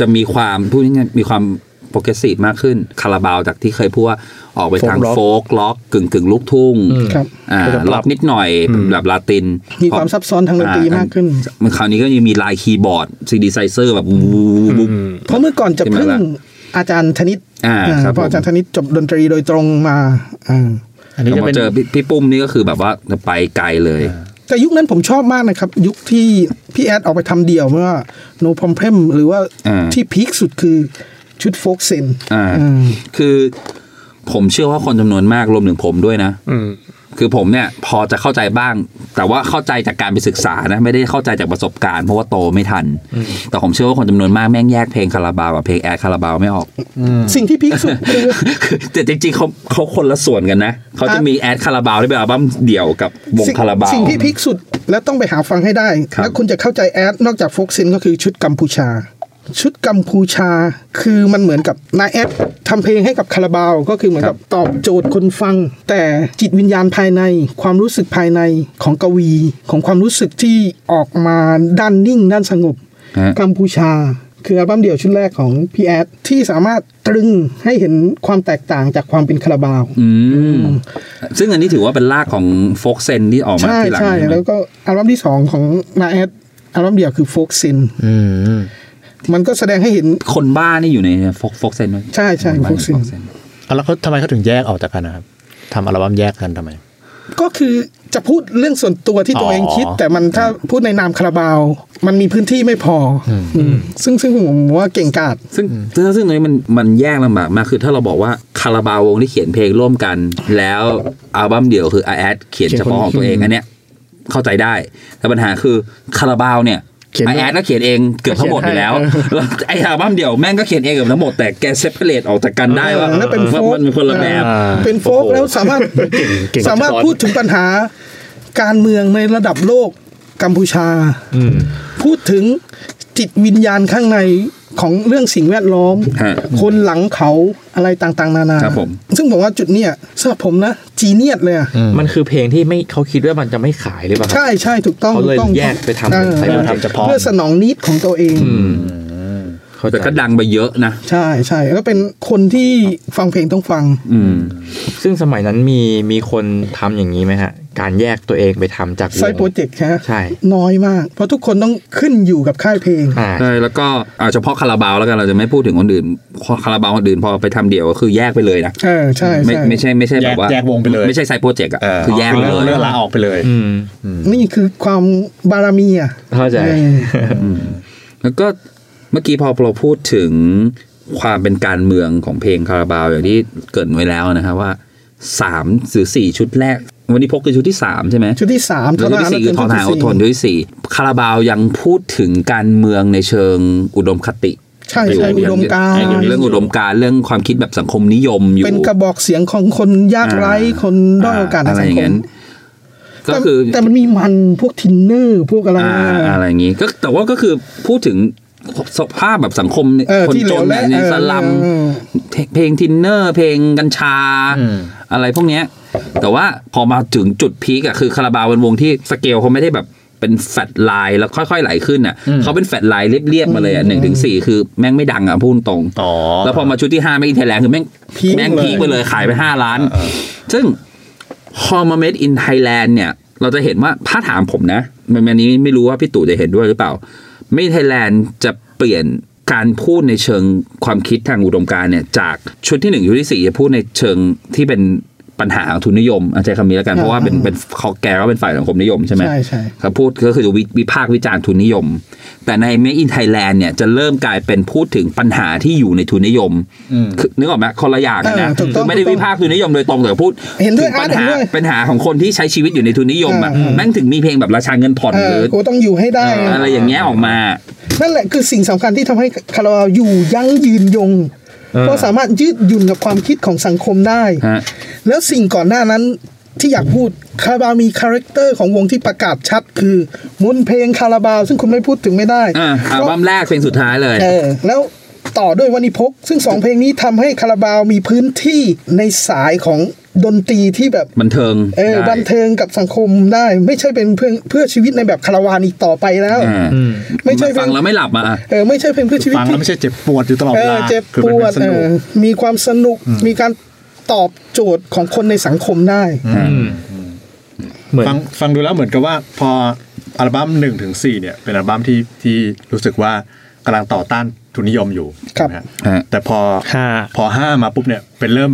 [SPEAKER 5] จะมีความพูดง่ายๆมีความ โปรเกรสซีฟมากขึ้นคาราบาวจากที่เคยพูดว่าออกไปทาง
[SPEAKER 3] Folk rock
[SPEAKER 5] โฟกล็อกกึ่งกึ่งลูกทุ่ง
[SPEAKER 6] ครับ
[SPEAKER 5] อ่า
[SPEAKER 3] ก็จะปรับ
[SPEAKER 5] ล็อกนิดหน่อยแบบลาติน
[SPEAKER 6] มีความซับซ้อนทางดนตรีมากขึ้น
[SPEAKER 5] มันคราวนี้ก็ยังมีลายคีย์บอร์ดซีดีไซเซอร์แบบบูบูบู
[SPEAKER 6] เพราะเมื่อก่อนจะ
[SPEAKER 5] ที่มา
[SPEAKER 6] พึ่ง
[SPEAKER 5] ละ
[SPEAKER 6] อาจารย์ธนิต
[SPEAKER 5] อ่า
[SPEAKER 6] อ่า
[SPEAKER 5] ครับ
[SPEAKER 6] เพราะ
[SPEAKER 5] ผม
[SPEAKER 6] อาจารย์ธนิตจบดนตรีโดยตรงมาอ่า
[SPEAKER 3] อันนี้
[SPEAKER 5] แต่
[SPEAKER 3] จะ
[SPEAKER 5] พอ
[SPEAKER 3] เป็น
[SPEAKER 5] เจอพี่พี่ปุ้มนี่ก็คือแบบว่าไปไกลเลย
[SPEAKER 6] แต่ยุคนั้นผมชอบมากนะครับ ยุคที่พี่แอดออกไปทำเดี่ยวไม่ว่าโนพรมเพมหรือว่า
[SPEAKER 5] อ่า
[SPEAKER 6] ที่พีคสุดคือชุดโฟกเซน
[SPEAKER 5] อ่า
[SPEAKER 6] อ่า
[SPEAKER 5] คือผมเชื่อว่าคนจำนวนมากรวมถึงผมด้วยนะ
[SPEAKER 2] อืม
[SPEAKER 5] คือผมเนี่ยพอจะเข้าใจบ้าง แต่ว่าเข้าใจจากการไปศึกษานะ ไม่ได้เข้าใจจากประสบการณ์เพราะว่าโตไม่ทัน แต่ผมเชื่อว่าคนจำนวนมากแม่งแยกเพลงคาราบาวกับเพลงแอดคาราบาวไม่ออก [LAUGHS]
[SPEAKER 6] สิ่งที่พีคสุดคือ
[SPEAKER 5] คือแต่จริงๆเขาเขาคนละส่วนกันนะเขาจะ
[SPEAKER 6] อ่ะ
[SPEAKER 5] มีแอดคาราบาวที่เป็นอัลบั้มเดี่ยวกับวง
[SPEAKER 6] สิ่ง
[SPEAKER 5] คาราบาว
[SPEAKER 6] สิ่งที่พีคสุดแล้วต้องไปหาฟังให้ได้
[SPEAKER 5] ครับ
[SPEAKER 6] แล้วคุณจะเข้าใจแอดนอกจากโฟกเซนก็คือชุดกัมพูชา ชุดกัมพูชาคือมันเหมือนกับนายแอดทำเพลงให้กับคาราบาว ก็คือเหมือนกับตอบโจทย์คนฟัง แต่จิตวิญญาณภายใน ความรู้สึกภายในของกวี ของความรู้สึกที่ออกมาด้านนิ่ง ด้านสงบ
[SPEAKER 5] ฮะ
[SPEAKER 6] กัมพูชา คืออัลบั้มเดี่ยวชุดแรกของพี่แอดที่สามารถตรึงให้เห็นความแตกต่างจากความเป็นคาราบาว
[SPEAKER 5] อืมซึ่งอันนี้ถือว่าเป็นรากของโฟกเซนที่ออกมา
[SPEAKER 6] ใช่
[SPEAKER 5] ที่หลัง
[SPEAKER 6] ใช่
[SPEAKER 5] ใช่ไหม
[SPEAKER 6] แล้วก็อัลบั้มที่สองของนาแอดอัลบั้มเดี่ยวคือโฟกซิน
[SPEAKER 3] อืม
[SPEAKER 6] มันก็แสดงให้เห็น
[SPEAKER 5] คนบ้านี่อยู่ในโฟกโฟกเซนไหม
[SPEAKER 6] ใช่ใช่
[SPEAKER 5] คนบ้า
[SPEAKER 6] โฟกซิน
[SPEAKER 5] อยู่ใน Folk Sense
[SPEAKER 3] เอาแล้วเขาทำไมเขาถึงแยกออกจากกันนะครับทำอัลบั้มแยกกันทำไม
[SPEAKER 6] ก็คือจะพูดเรื่องส่วนตัวที่ตัวเองคิด
[SPEAKER 3] อ๋อ
[SPEAKER 6] แต่มันถ้าพูดในนามคาราบาว มันมีพื้นที่ไม่พอออืมซึ่งซึ่งผมว่าเก่งกาจ
[SPEAKER 5] ซึ่งซึ่งซึ่งตรงนี้มันมันแยกลำบากมากคือถ้าเราบอกว่าคาราบาววงที่เขียนเพลงร่วมกัน แล้วอัลบั้มเดี่ยวคืออาแอดเขียนเฉพาะของตัวเองอันเนี้ยเข้าใจได้ แต่ปัญหาคือคาราบาวเนี่ย
[SPEAKER 1] เขียน
[SPEAKER 5] อาแอดก็เขียนเองเกือบทั้งหมดอยู่แล้ว [LAUGHS] แล้วไออัลบั้มเดี่ยวแม่งก็เขียนเองเกือบทั้งหมดแต่แกเซปเปอร์เลตออกจากกันได้ว่า
[SPEAKER 6] แล้วเป็นโฟก
[SPEAKER 5] มันเป็นคนละแบบ
[SPEAKER 6] อ่าเป็นโฟกแล้วสามารถ
[SPEAKER 1] เก่ง
[SPEAKER 6] สามารถพูดถึงปัญหาการเมืองในระดับโลกกัมพูชา
[SPEAKER 2] อืม
[SPEAKER 6] พูดถึงจิตวิญญาณข้างในของเรื่องสิ่งแวดล้อม
[SPEAKER 5] ฮะ
[SPEAKER 6] คนหลังเขาอะไรต่างๆ นานา
[SPEAKER 5] ครับผม
[SPEAKER 6] ซึ่งผมว่าจุดเนี้ยสำหรับผมนะจีเนียตเลยอะ
[SPEAKER 4] มันคือเพลงที่ไม่เขาคิดว่ามันจะไม่ขายหรือเปล่าครับ
[SPEAKER 6] ใช่ใช่ถูกต้อง
[SPEAKER 4] เขาเลย
[SPEAKER 6] ถูต้อง
[SPEAKER 4] แยกไปทำ
[SPEAKER 6] เออ
[SPEAKER 4] ไป
[SPEAKER 3] แล้วทำเฉพาะ
[SPEAKER 6] เพื่อสนองนิดของตัวเอง
[SPEAKER 4] อืมเข้าใจ
[SPEAKER 5] แต่ก็ดังไปเยอะนะ
[SPEAKER 6] ใช่ใช่แล้วเป็นคนที่ฟังเพลงต้องฟัง
[SPEAKER 5] อืม
[SPEAKER 4] ซึ่งสมัยนั้นมีมีคนทำอย่างนี้ไหมฮะ การแยกตัวเองไปทำจากวง
[SPEAKER 6] ไซต์โปรเจกต์ฮะ
[SPEAKER 4] ใช่
[SPEAKER 6] น้อยมาก เพราะทุกคนต้องขึ้นอยู่กับค่ายเพลง
[SPEAKER 4] อ่า
[SPEAKER 5] ใช่แล้วก็เอาเฉพาะคาราบาวแล้วกันเราจะไม่พูดถึงคนอื่นคาราบาวคนอื่นพอไปทำเดี่ยวก็คือแยกไปเลยนะ
[SPEAKER 6] เออใช่
[SPEAKER 5] ไม่
[SPEAKER 6] ใช่
[SPEAKER 5] ไม่ใช่ไม่ใช่
[SPEAKER 3] แย
[SPEAKER 5] แบ
[SPEAKER 3] ก
[SPEAKER 5] บว่า
[SPEAKER 3] แยกวงไปเลย
[SPEAKER 5] ไม่ใช่ไซด์โปรเจกต์อ่ะคือแยกไปเลย
[SPEAKER 3] เลิกลาออกไปเลย
[SPEAKER 4] อืม
[SPEAKER 6] นี่คือความบารมีอ่ะ
[SPEAKER 4] เข้าใจ
[SPEAKER 6] ออ
[SPEAKER 5] แล้วก็เมื่อกี้พอเราพูดถึงความเป็นการเมืองของเพลงคาราบาวอย่างที่เกริดไว้แล้วนะครับว่าสามหรือสี่ชุดแรก วันนี้พกคือชุดที่สามใช่ไหม
[SPEAKER 6] ชุดที่สาม
[SPEAKER 5] ชุดที่สี่คือทอทหารอดทนชุดที่สี่คาราบาวยังพูดถึงการเมืองในเชิงอุดมคติ
[SPEAKER 6] ใช่ใช่อุดมการณ์
[SPEAKER 5] เรื่องอุดมการณ์เรื่องความคิดแบบสังคมนิยมอยู่
[SPEAKER 6] เป็นกระบอกเสียงของคนยากไร้คนด้อยโอกาสทางสังคม
[SPEAKER 5] ก็
[SPEAKER 6] แต่
[SPEAKER 5] คือ
[SPEAKER 6] แต่มันมีมันพวกทินเนอร์พวกอะไร
[SPEAKER 5] อ่าอะไรอย่างงี้ก็แต่ว่าก็คือพูดถึงสภาพแบบสังคม
[SPEAKER 6] เออ
[SPEAKER 5] คน
[SPEAKER 6] ที่เห
[SPEAKER 5] จ
[SPEAKER 6] ลวนและ
[SPEAKER 5] ใน
[SPEAKER 6] เออ
[SPEAKER 5] สลัม
[SPEAKER 6] เออ
[SPEAKER 5] เพลงเพลงทินเนอร์ เพลงกัญชา อะไรพวกเนี้ย แต่ว่าพอมาถึงจุดพีกอะคือคาราบาวเป็นวงที่สเกลเขาไม่ได้แบบเป็นแฟลตไลน์แล้วค่อยๆไหลขึ้นอะเขาเป็นแฟลตไลน์เรียบๆมาเลยอะหนึ่งถึงสี่คือแม่งไม่ดังอะพูดตรง
[SPEAKER 3] อ๋อ
[SPEAKER 5] แล้วพอมาชุดที่ห้าไม่อินเทอร์แลนด์คือแม่ง
[SPEAKER 6] พีค
[SPEAKER 5] แม่ง
[SPEAKER 6] เลย
[SPEAKER 5] พีคไปเลยขายไปห้าล้าน ซึ่ง ฮอร์มาเมดอินไทยแลนด์เนี่ย เราจะเห็นว่าถ้าถามผมนะมันอันนี้ไม่รู้ว่าพี่ตู่จะเห็นด้วยหรือเปล่า ไม่ไทยแลนด์จะเปลี่ยนการพูดในเชิงความคิดทางอุดมการณ์เนี่ย จากชุดที่หนึ่งชุดที่สี่จะพูดในเชิงที่เป็นปัญหาของทุนนิยมอาจารย์คำนี้แล้วกัน เพราะว่าเป็นเป็นเขาแกก็เป็นฝ่ายสังคมนิยมใช่ไหม
[SPEAKER 6] ใช่ใช่
[SPEAKER 5] เขาพูดก็คือวิวิพากษ์วิจารณ์ทุนนิยม แต่ใน Made in Thailand เนี่ยจะเริ่มกลายเป็นพูดถึงปัญหาที่อยู่ในทุนนิยมคือนึกออกไหมคนละอย่างกันนะ
[SPEAKER 6] เออถูกต้อง
[SPEAKER 5] คือไม่ได้
[SPEAKER 6] ถูกต้อง
[SPEAKER 5] วิพากษ์ทุนนิยมโดยตรงแต่พูด
[SPEAKER 6] เห็นด้วย
[SPEAKER 5] ถึงปัญ
[SPEAKER 6] อ่ะ
[SPEAKER 5] หา
[SPEAKER 6] เห็นด้วย
[SPEAKER 5] ปัญหาของคนที่ใช้ชีวิตอยู่ในทุนนิยมอ่ะ
[SPEAKER 6] อ่าอ่า
[SPEAKER 5] แม่งถึงมีเพลงแบบราชาเงินผ่อน
[SPEAKER 6] เอ
[SPEAKER 5] ห
[SPEAKER 6] อ
[SPEAKER 5] รือ
[SPEAKER 6] กูต้องอยู่ให้ได้
[SPEAKER 5] อะไรอย่างเงี้ยออกมา
[SPEAKER 6] นั่นแหละคือสิ่งสำคัญที่ทำให้คาราบาวอยู่ยั่งยืนยง เพราะสามารถยืดหยุ่นกับความคิดของสังคมได้
[SPEAKER 5] ฮะ
[SPEAKER 6] แล้วสิ่งก่อนหน้านั้นที่อยากพูดคาราบาวมีคาแรคเตอร์ของวงที่ประกาศชัดคือมนต์เพลงคาราบาว ซึ่งคุณไม่พูดถึงไม่ได้
[SPEAKER 5] อ่าอัล
[SPEAKER 6] เพราะ
[SPEAKER 5] บั้มแรกเพลงสุดท้ายเลย
[SPEAKER 6] เออแล้ว ต่อด้วยวันิพก ซึ่งสองเพลงนี้ทำให้คาราบาวมีพื้นที่ในสายของดนตรีที่แบบ
[SPEAKER 5] บันเทิง
[SPEAKER 6] เออ
[SPEAKER 5] ได้
[SPEAKER 6] บันเทิงกับสังคมได้ไม่ใช่เป็นเพื่อเพื่อชีวิตในแบบคาราวานอีกต่อไปแล้ว
[SPEAKER 5] อ่า
[SPEAKER 6] ไม่ใช่เพล
[SPEAKER 5] ฟังแล้วไม่หลับอ่ะ
[SPEAKER 6] เออไม่ใช่เพลงเพื่อชีวิต
[SPEAKER 3] ฟังแล้ว
[SPEAKER 6] ที่
[SPEAKER 3] ไม่ใช่เจ็บปวดอยู่ตลอด
[SPEAKER 6] เอ
[SPEAKER 3] เว
[SPEAKER 6] อ
[SPEAKER 3] ลา
[SPEAKER 6] เจ็บ
[SPEAKER 3] คือ
[SPEAKER 6] ป
[SPEAKER 3] มัน
[SPEAKER 6] ว
[SPEAKER 3] เป็
[SPEAKER 6] ด
[SPEAKER 3] นส
[SPEAKER 6] เอ
[SPEAKER 3] นุก
[SPEAKER 6] อมีความสนุกมีการตอบโจทย์ของคนในสังคมได้
[SPEAKER 4] เหมือน
[SPEAKER 3] ฟังฟังดูแล้วเหมือนกับว่าพออัลบั้มหนึ่งถึงสี่เนี่ยเป็นอัลบั้มที่ที่รู้สึกว่ากำลังต่อต้านทุนนิยมอยู่
[SPEAKER 6] ครับ
[SPEAKER 3] นะฮะ
[SPEAKER 5] ฮะ
[SPEAKER 3] แต่พอ
[SPEAKER 1] ห้า
[SPEAKER 3] พอห้ามาปุ๊บเนี่ยเป็นเริ่ม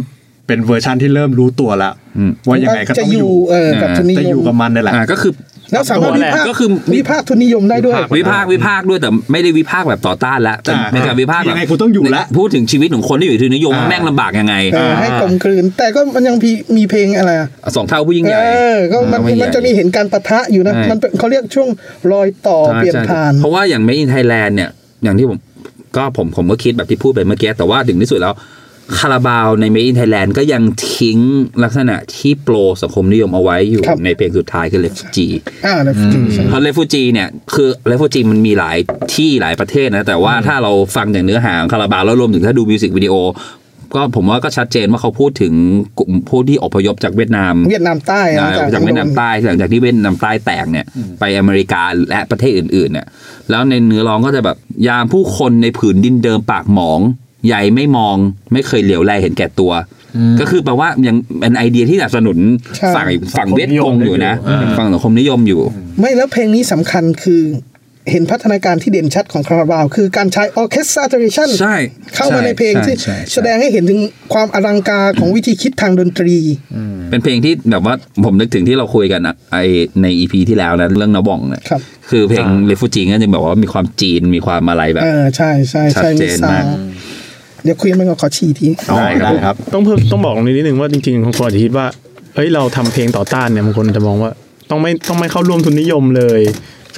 [SPEAKER 3] เป็นเวอร์ชันที่เริ่มรู้ตัวละ
[SPEAKER 5] อืม
[SPEAKER 3] ว่ายังไงก็ต้อง
[SPEAKER 6] จะอ
[SPEAKER 3] อยู่ยู่
[SPEAKER 6] เออกับทุนนิ
[SPEAKER 3] จะ
[SPEAKER 6] ย
[SPEAKER 3] อยู่
[SPEAKER 6] ม
[SPEAKER 3] กับมันนี่แหละ
[SPEAKER 5] อ่าก็คือ
[SPEAKER 6] แล้วสามารถวิพากษ์
[SPEAKER 5] ก็คือ
[SPEAKER 6] วิพากษ์ทุนนิยมได้ด้วย
[SPEAKER 5] วิพากษ์วิพากษ์ด้วยแต่ไม่ได้วิพากษ์แบบต่อต้านละแต่
[SPEAKER 3] อ่า
[SPEAKER 5] เป็นการวิพากษ์แบบ
[SPEAKER 3] ยังไงกูต้องอยู่ละ
[SPEAKER 5] พูดถึงชีวิตของคนที่อยู่ที่นิยมว่าแม่งลำบากยังไง
[SPEAKER 6] เออให้กลมกลืน แต่ก็มันยังมีมีเพลงอะไรอะ
[SPEAKER 5] สองเท่าผู้ยิ่งใหญ่
[SPEAKER 6] เออก็มัน
[SPEAKER 5] อ่าผู้ยิ่งให
[SPEAKER 6] มัน
[SPEAKER 5] ญ่
[SPEAKER 6] จะมีเห็นการปะทะอยู่นะ
[SPEAKER 5] ใช่
[SPEAKER 6] มันเป็นเขาเรียกช่วงรอยต่อเปลี่ยน
[SPEAKER 5] ใช่
[SPEAKER 6] ผ่าน
[SPEAKER 5] เพราะว่าอย่าง Made in Thailand เนี่ย อย่างที่ผมก็ผมผมก็คิดแบบที่พูดไปเมื่อกี้แต่ว่าถึงที่สุดแล้วคาราบาวใน Made in Thailand ก็ยังทิ้งลักษณะที่โปรสังคมนิยมเอาไว้อยู่
[SPEAKER 6] ครับ
[SPEAKER 5] ในเพลงสุดท้ายคือ Refugee
[SPEAKER 6] อ่าแล้วใช่
[SPEAKER 5] เพราะเ e ฟูจีเนี่ยคือเ e ฟูจีมันมีหลายที่หลายประเทศนะ แต่ว่าถ้าเราฟังจากเนื้อหาของคาราบาวแล้วรวมถึงถ้าดูมิวสิกวิดีโอ ก็ผมว่าก็ชัดเจนว่าเขาพูดถึงกลุ่มผู้ที่อพยพจากเวียดนาม
[SPEAKER 6] เวียดนามใต้นะ
[SPEAKER 5] อ่าจากเวียดนามใต้หลังจากที่เวียดนามใต้แตกเนี่ยไปอเมริกาและประเทศอื่นๆเนี่ยแล้วในเนื้อร้องก็จะแบบยามผู้คนในผืนดินเดิมปากหมองใหญ่ไม่มองไม่เคยเหลียวแลเห็นแก่ตัว ก็คือแปลว่ายังเป็นไอเดียที่สนับสนุน
[SPEAKER 6] ใช่
[SPEAKER 5] ฝั่งฝั่งเวียดกงอยู่นะฝั่งสังคมนิยมอยู่
[SPEAKER 6] ไม่แล้วเพลงนี้สำคัญคือเห็นพัฒนาการที่เด่นชัดของคาราบาว คือการใช้ออเคสตราเทเรชัน
[SPEAKER 5] ใช่
[SPEAKER 6] เข้ามาในเพลง
[SPEAKER 5] ใช่
[SPEAKER 6] ที่
[SPEAKER 5] ใช่ใช่
[SPEAKER 6] แสดงให้เห็นถึงความอลังการของวิธีคิดทางดนตรี
[SPEAKER 5] เป็นเพลงที่แบบว่าผมนึกถึงที่เราคุยกันอะไอในอีพีที่แล้วนะเรื่องนาบองเนี่ย
[SPEAKER 6] ครับ
[SPEAKER 5] คือเพลงเลฟูจีก็จะแบบว่ามีความจีนมีความอะไรแบบ
[SPEAKER 6] เออใช่ใช่ใช่
[SPEAKER 5] ชัดเจนมาก
[SPEAKER 6] ซวด์เดี๋ยวคุยกันไปก่อนขอฉี่ที
[SPEAKER 3] ได้ครับได้ครับ
[SPEAKER 2] ต้องเพิ่มต้องบอกตรงนี้นิดนึงว่าจริงๆบางคนอาจจะคิดว่าเฮ้ยเราทำเพลงต่อต้านเนี่ยบางคนจะมองว่าต้องไม่ต้องไม่เข้าร่วมทุนนิยมเลย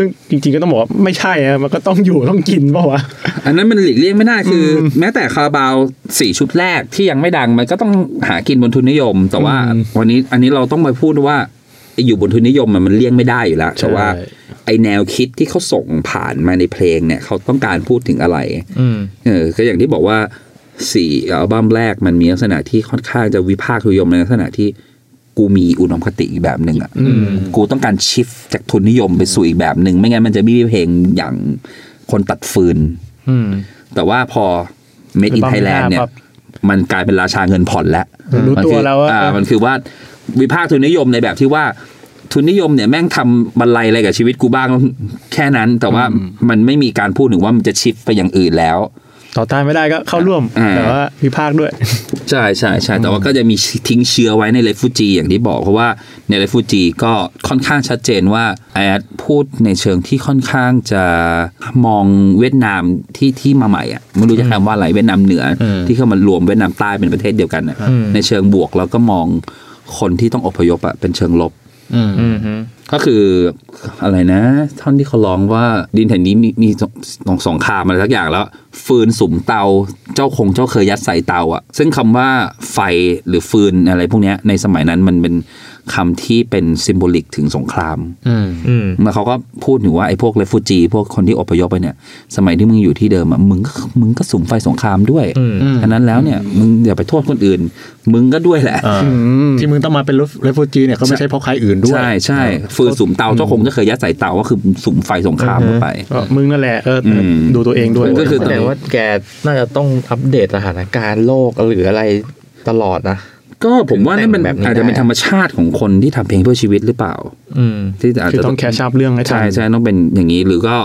[SPEAKER 2] ซึ่งจริงๆก็ต้องบอกว่าไม่ใช่อะมันก็ต้องอยู่ต้องกินเปล่าวะ
[SPEAKER 5] อันนั้นมันหลีกเลี่ยงไม่ได้คืออแม้แต่คาราบาวสี่ชุดแรกที่ยังไม่ดังมันก็ต้องหากินบนทุนนิยม แต่ว่า
[SPEAKER 2] อืม
[SPEAKER 5] วันนี้อันนี้เราต้องไปพูดว่าไอ้อยู่บนทุนนิยมอะมันเลี่ยงไม่ได้อยู่แล้ว
[SPEAKER 2] ใช่
[SPEAKER 5] แต่ว่าไอแนวคิดที่เขาส่งผ่านมาในเพลงเนี่ยเขาต้องการพูดถึงอะไร
[SPEAKER 4] อืม
[SPEAKER 5] เออก็อย่างที่บอกว่าสี่อัลบั้มแรกมันมีลักษณะที่ค่อนข้างจะวิพากษ์ทุนนิยมในลักษณะที่กูมีอุดมคติอีกแบบหนึ่งอ่ะกูต้องการชิฟจากทุนนิยมไปสู่อีกแบบหนึ่งไม่งั้นมันจะไม่มีเพลงอย่างคนตัดฟืน
[SPEAKER 4] อืม
[SPEAKER 5] แต่ว่าพอ Made
[SPEAKER 2] อัล
[SPEAKER 5] in
[SPEAKER 2] บั้ม
[SPEAKER 5] Thailand เนี่ย
[SPEAKER 2] หน้าปั๊บ
[SPEAKER 5] มันกลายเป็นราชาเงินผ่อนแล้ว
[SPEAKER 2] รู้ตัว
[SPEAKER 5] มันคือ
[SPEAKER 2] แล้วว่า
[SPEAKER 5] อ่ามันคือว่าวิพากษ์ทุนนิยมในแบบที่ว่า ทุนนิยมเนี่ยแม่งทำบันไลอะไรกับชีวิตกูบ้างแค่นั้น แต่ว่ามันไม่มีการพูดถึงว่ามันจะชิฟไปอย่างอื่นแล้ว
[SPEAKER 2] ต่อต้านไม่ได้ก็เข้าร่วม
[SPEAKER 5] อ่า
[SPEAKER 2] แต่ว่าวิพากษ์ด้วย
[SPEAKER 5] ใช่ใช่ใช่แต่ว่าก็จะมีทิ้งเชื้อไว้ในเลฟูจีอย่างที่บอกเพราะว่าในเลฟูจีก็ค่อนข้างชัดเจนว่าแอดพูดในเชิงที่ค่อนข้างจะมองเวียดนามที่ที่มาใหม่อ่ะไม่รู้จะคำว่าอะไรเวียดนามเหนืออที่เข้ามารวมเวียดนามใต้เป็นประเทศเดียวกันน่ะในเชิงบวกแล้วก็มองคนที่ต้องอพยพอ่ะเป็นเชิงลบ
[SPEAKER 4] อืมฮึ
[SPEAKER 5] ก็คืออะไรนะ ท่อนที่เขาร้องว่าดินแผ่นนี้มีมีสองสงครามอะไรสักอย่างแล้ว ฟืนสุมเตาเจ้าคงเจ้าเคยยัดใส่เตาอะซึ่งคำว่าไฟหรือฟืนอะไรพวกเนี้ยในสมัยนั้นมันเป็นคำที่เป็นซิมโบลิกถึงสงคราม
[SPEAKER 4] อืม
[SPEAKER 5] เมื่อเขาก็พูดถึงว่าไอ้พวกเรฟูจีพวกคนที่อพยพไปเนี่ย สมัยที่มึงอยู่ที่เดิมอะมึงก็มึงก็สุมไฟสงครามด้วย
[SPEAKER 4] อืม
[SPEAKER 5] ฉะนั้นแล้วเนี่ยมึงอย่าไปโทษคนอื่น มึงก็ด้วยแหละ
[SPEAKER 3] ที่มึงต้องมาเป็นเรฟูจีเนี่ยก็ไม่ใช่เพราะใครอื่นด้วย
[SPEAKER 5] ใช่ใช่ฟืนสุมเตาเจ้าคงจะเคยยัดใส่เตาก็คือสุมไฟสงครามลงไป
[SPEAKER 2] ก็มึงนั่นแหละเอออ
[SPEAKER 5] ม
[SPEAKER 2] ดูตัวเองด้วย
[SPEAKER 5] ก็คือ
[SPEAKER 4] แสดงว่าแกน่าจะต้องอัปเดตสถานการณ์โลกหรืออะไรตลอดนะ
[SPEAKER 5] ก็ผมว่านั่นมัน
[SPEAKER 4] แต่งแบบนี้
[SPEAKER 5] อาจจะเป็น
[SPEAKER 4] ได้
[SPEAKER 5] ธรรมชาติของคนที่ทำเพลงเพื่อชีวิตหรือเปล่า
[SPEAKER 4] อืม
[SPEAKER 5] ที่อาจ
[SPEAKER 2] คือ
[SPEAKER 5] จะ
[SPEAKER 2] ต้องแคชชัพเรื่องให้ทัน
[SPEAKER 5] ใช่ใช่ต้องเป็นอย่างนี้หรือก็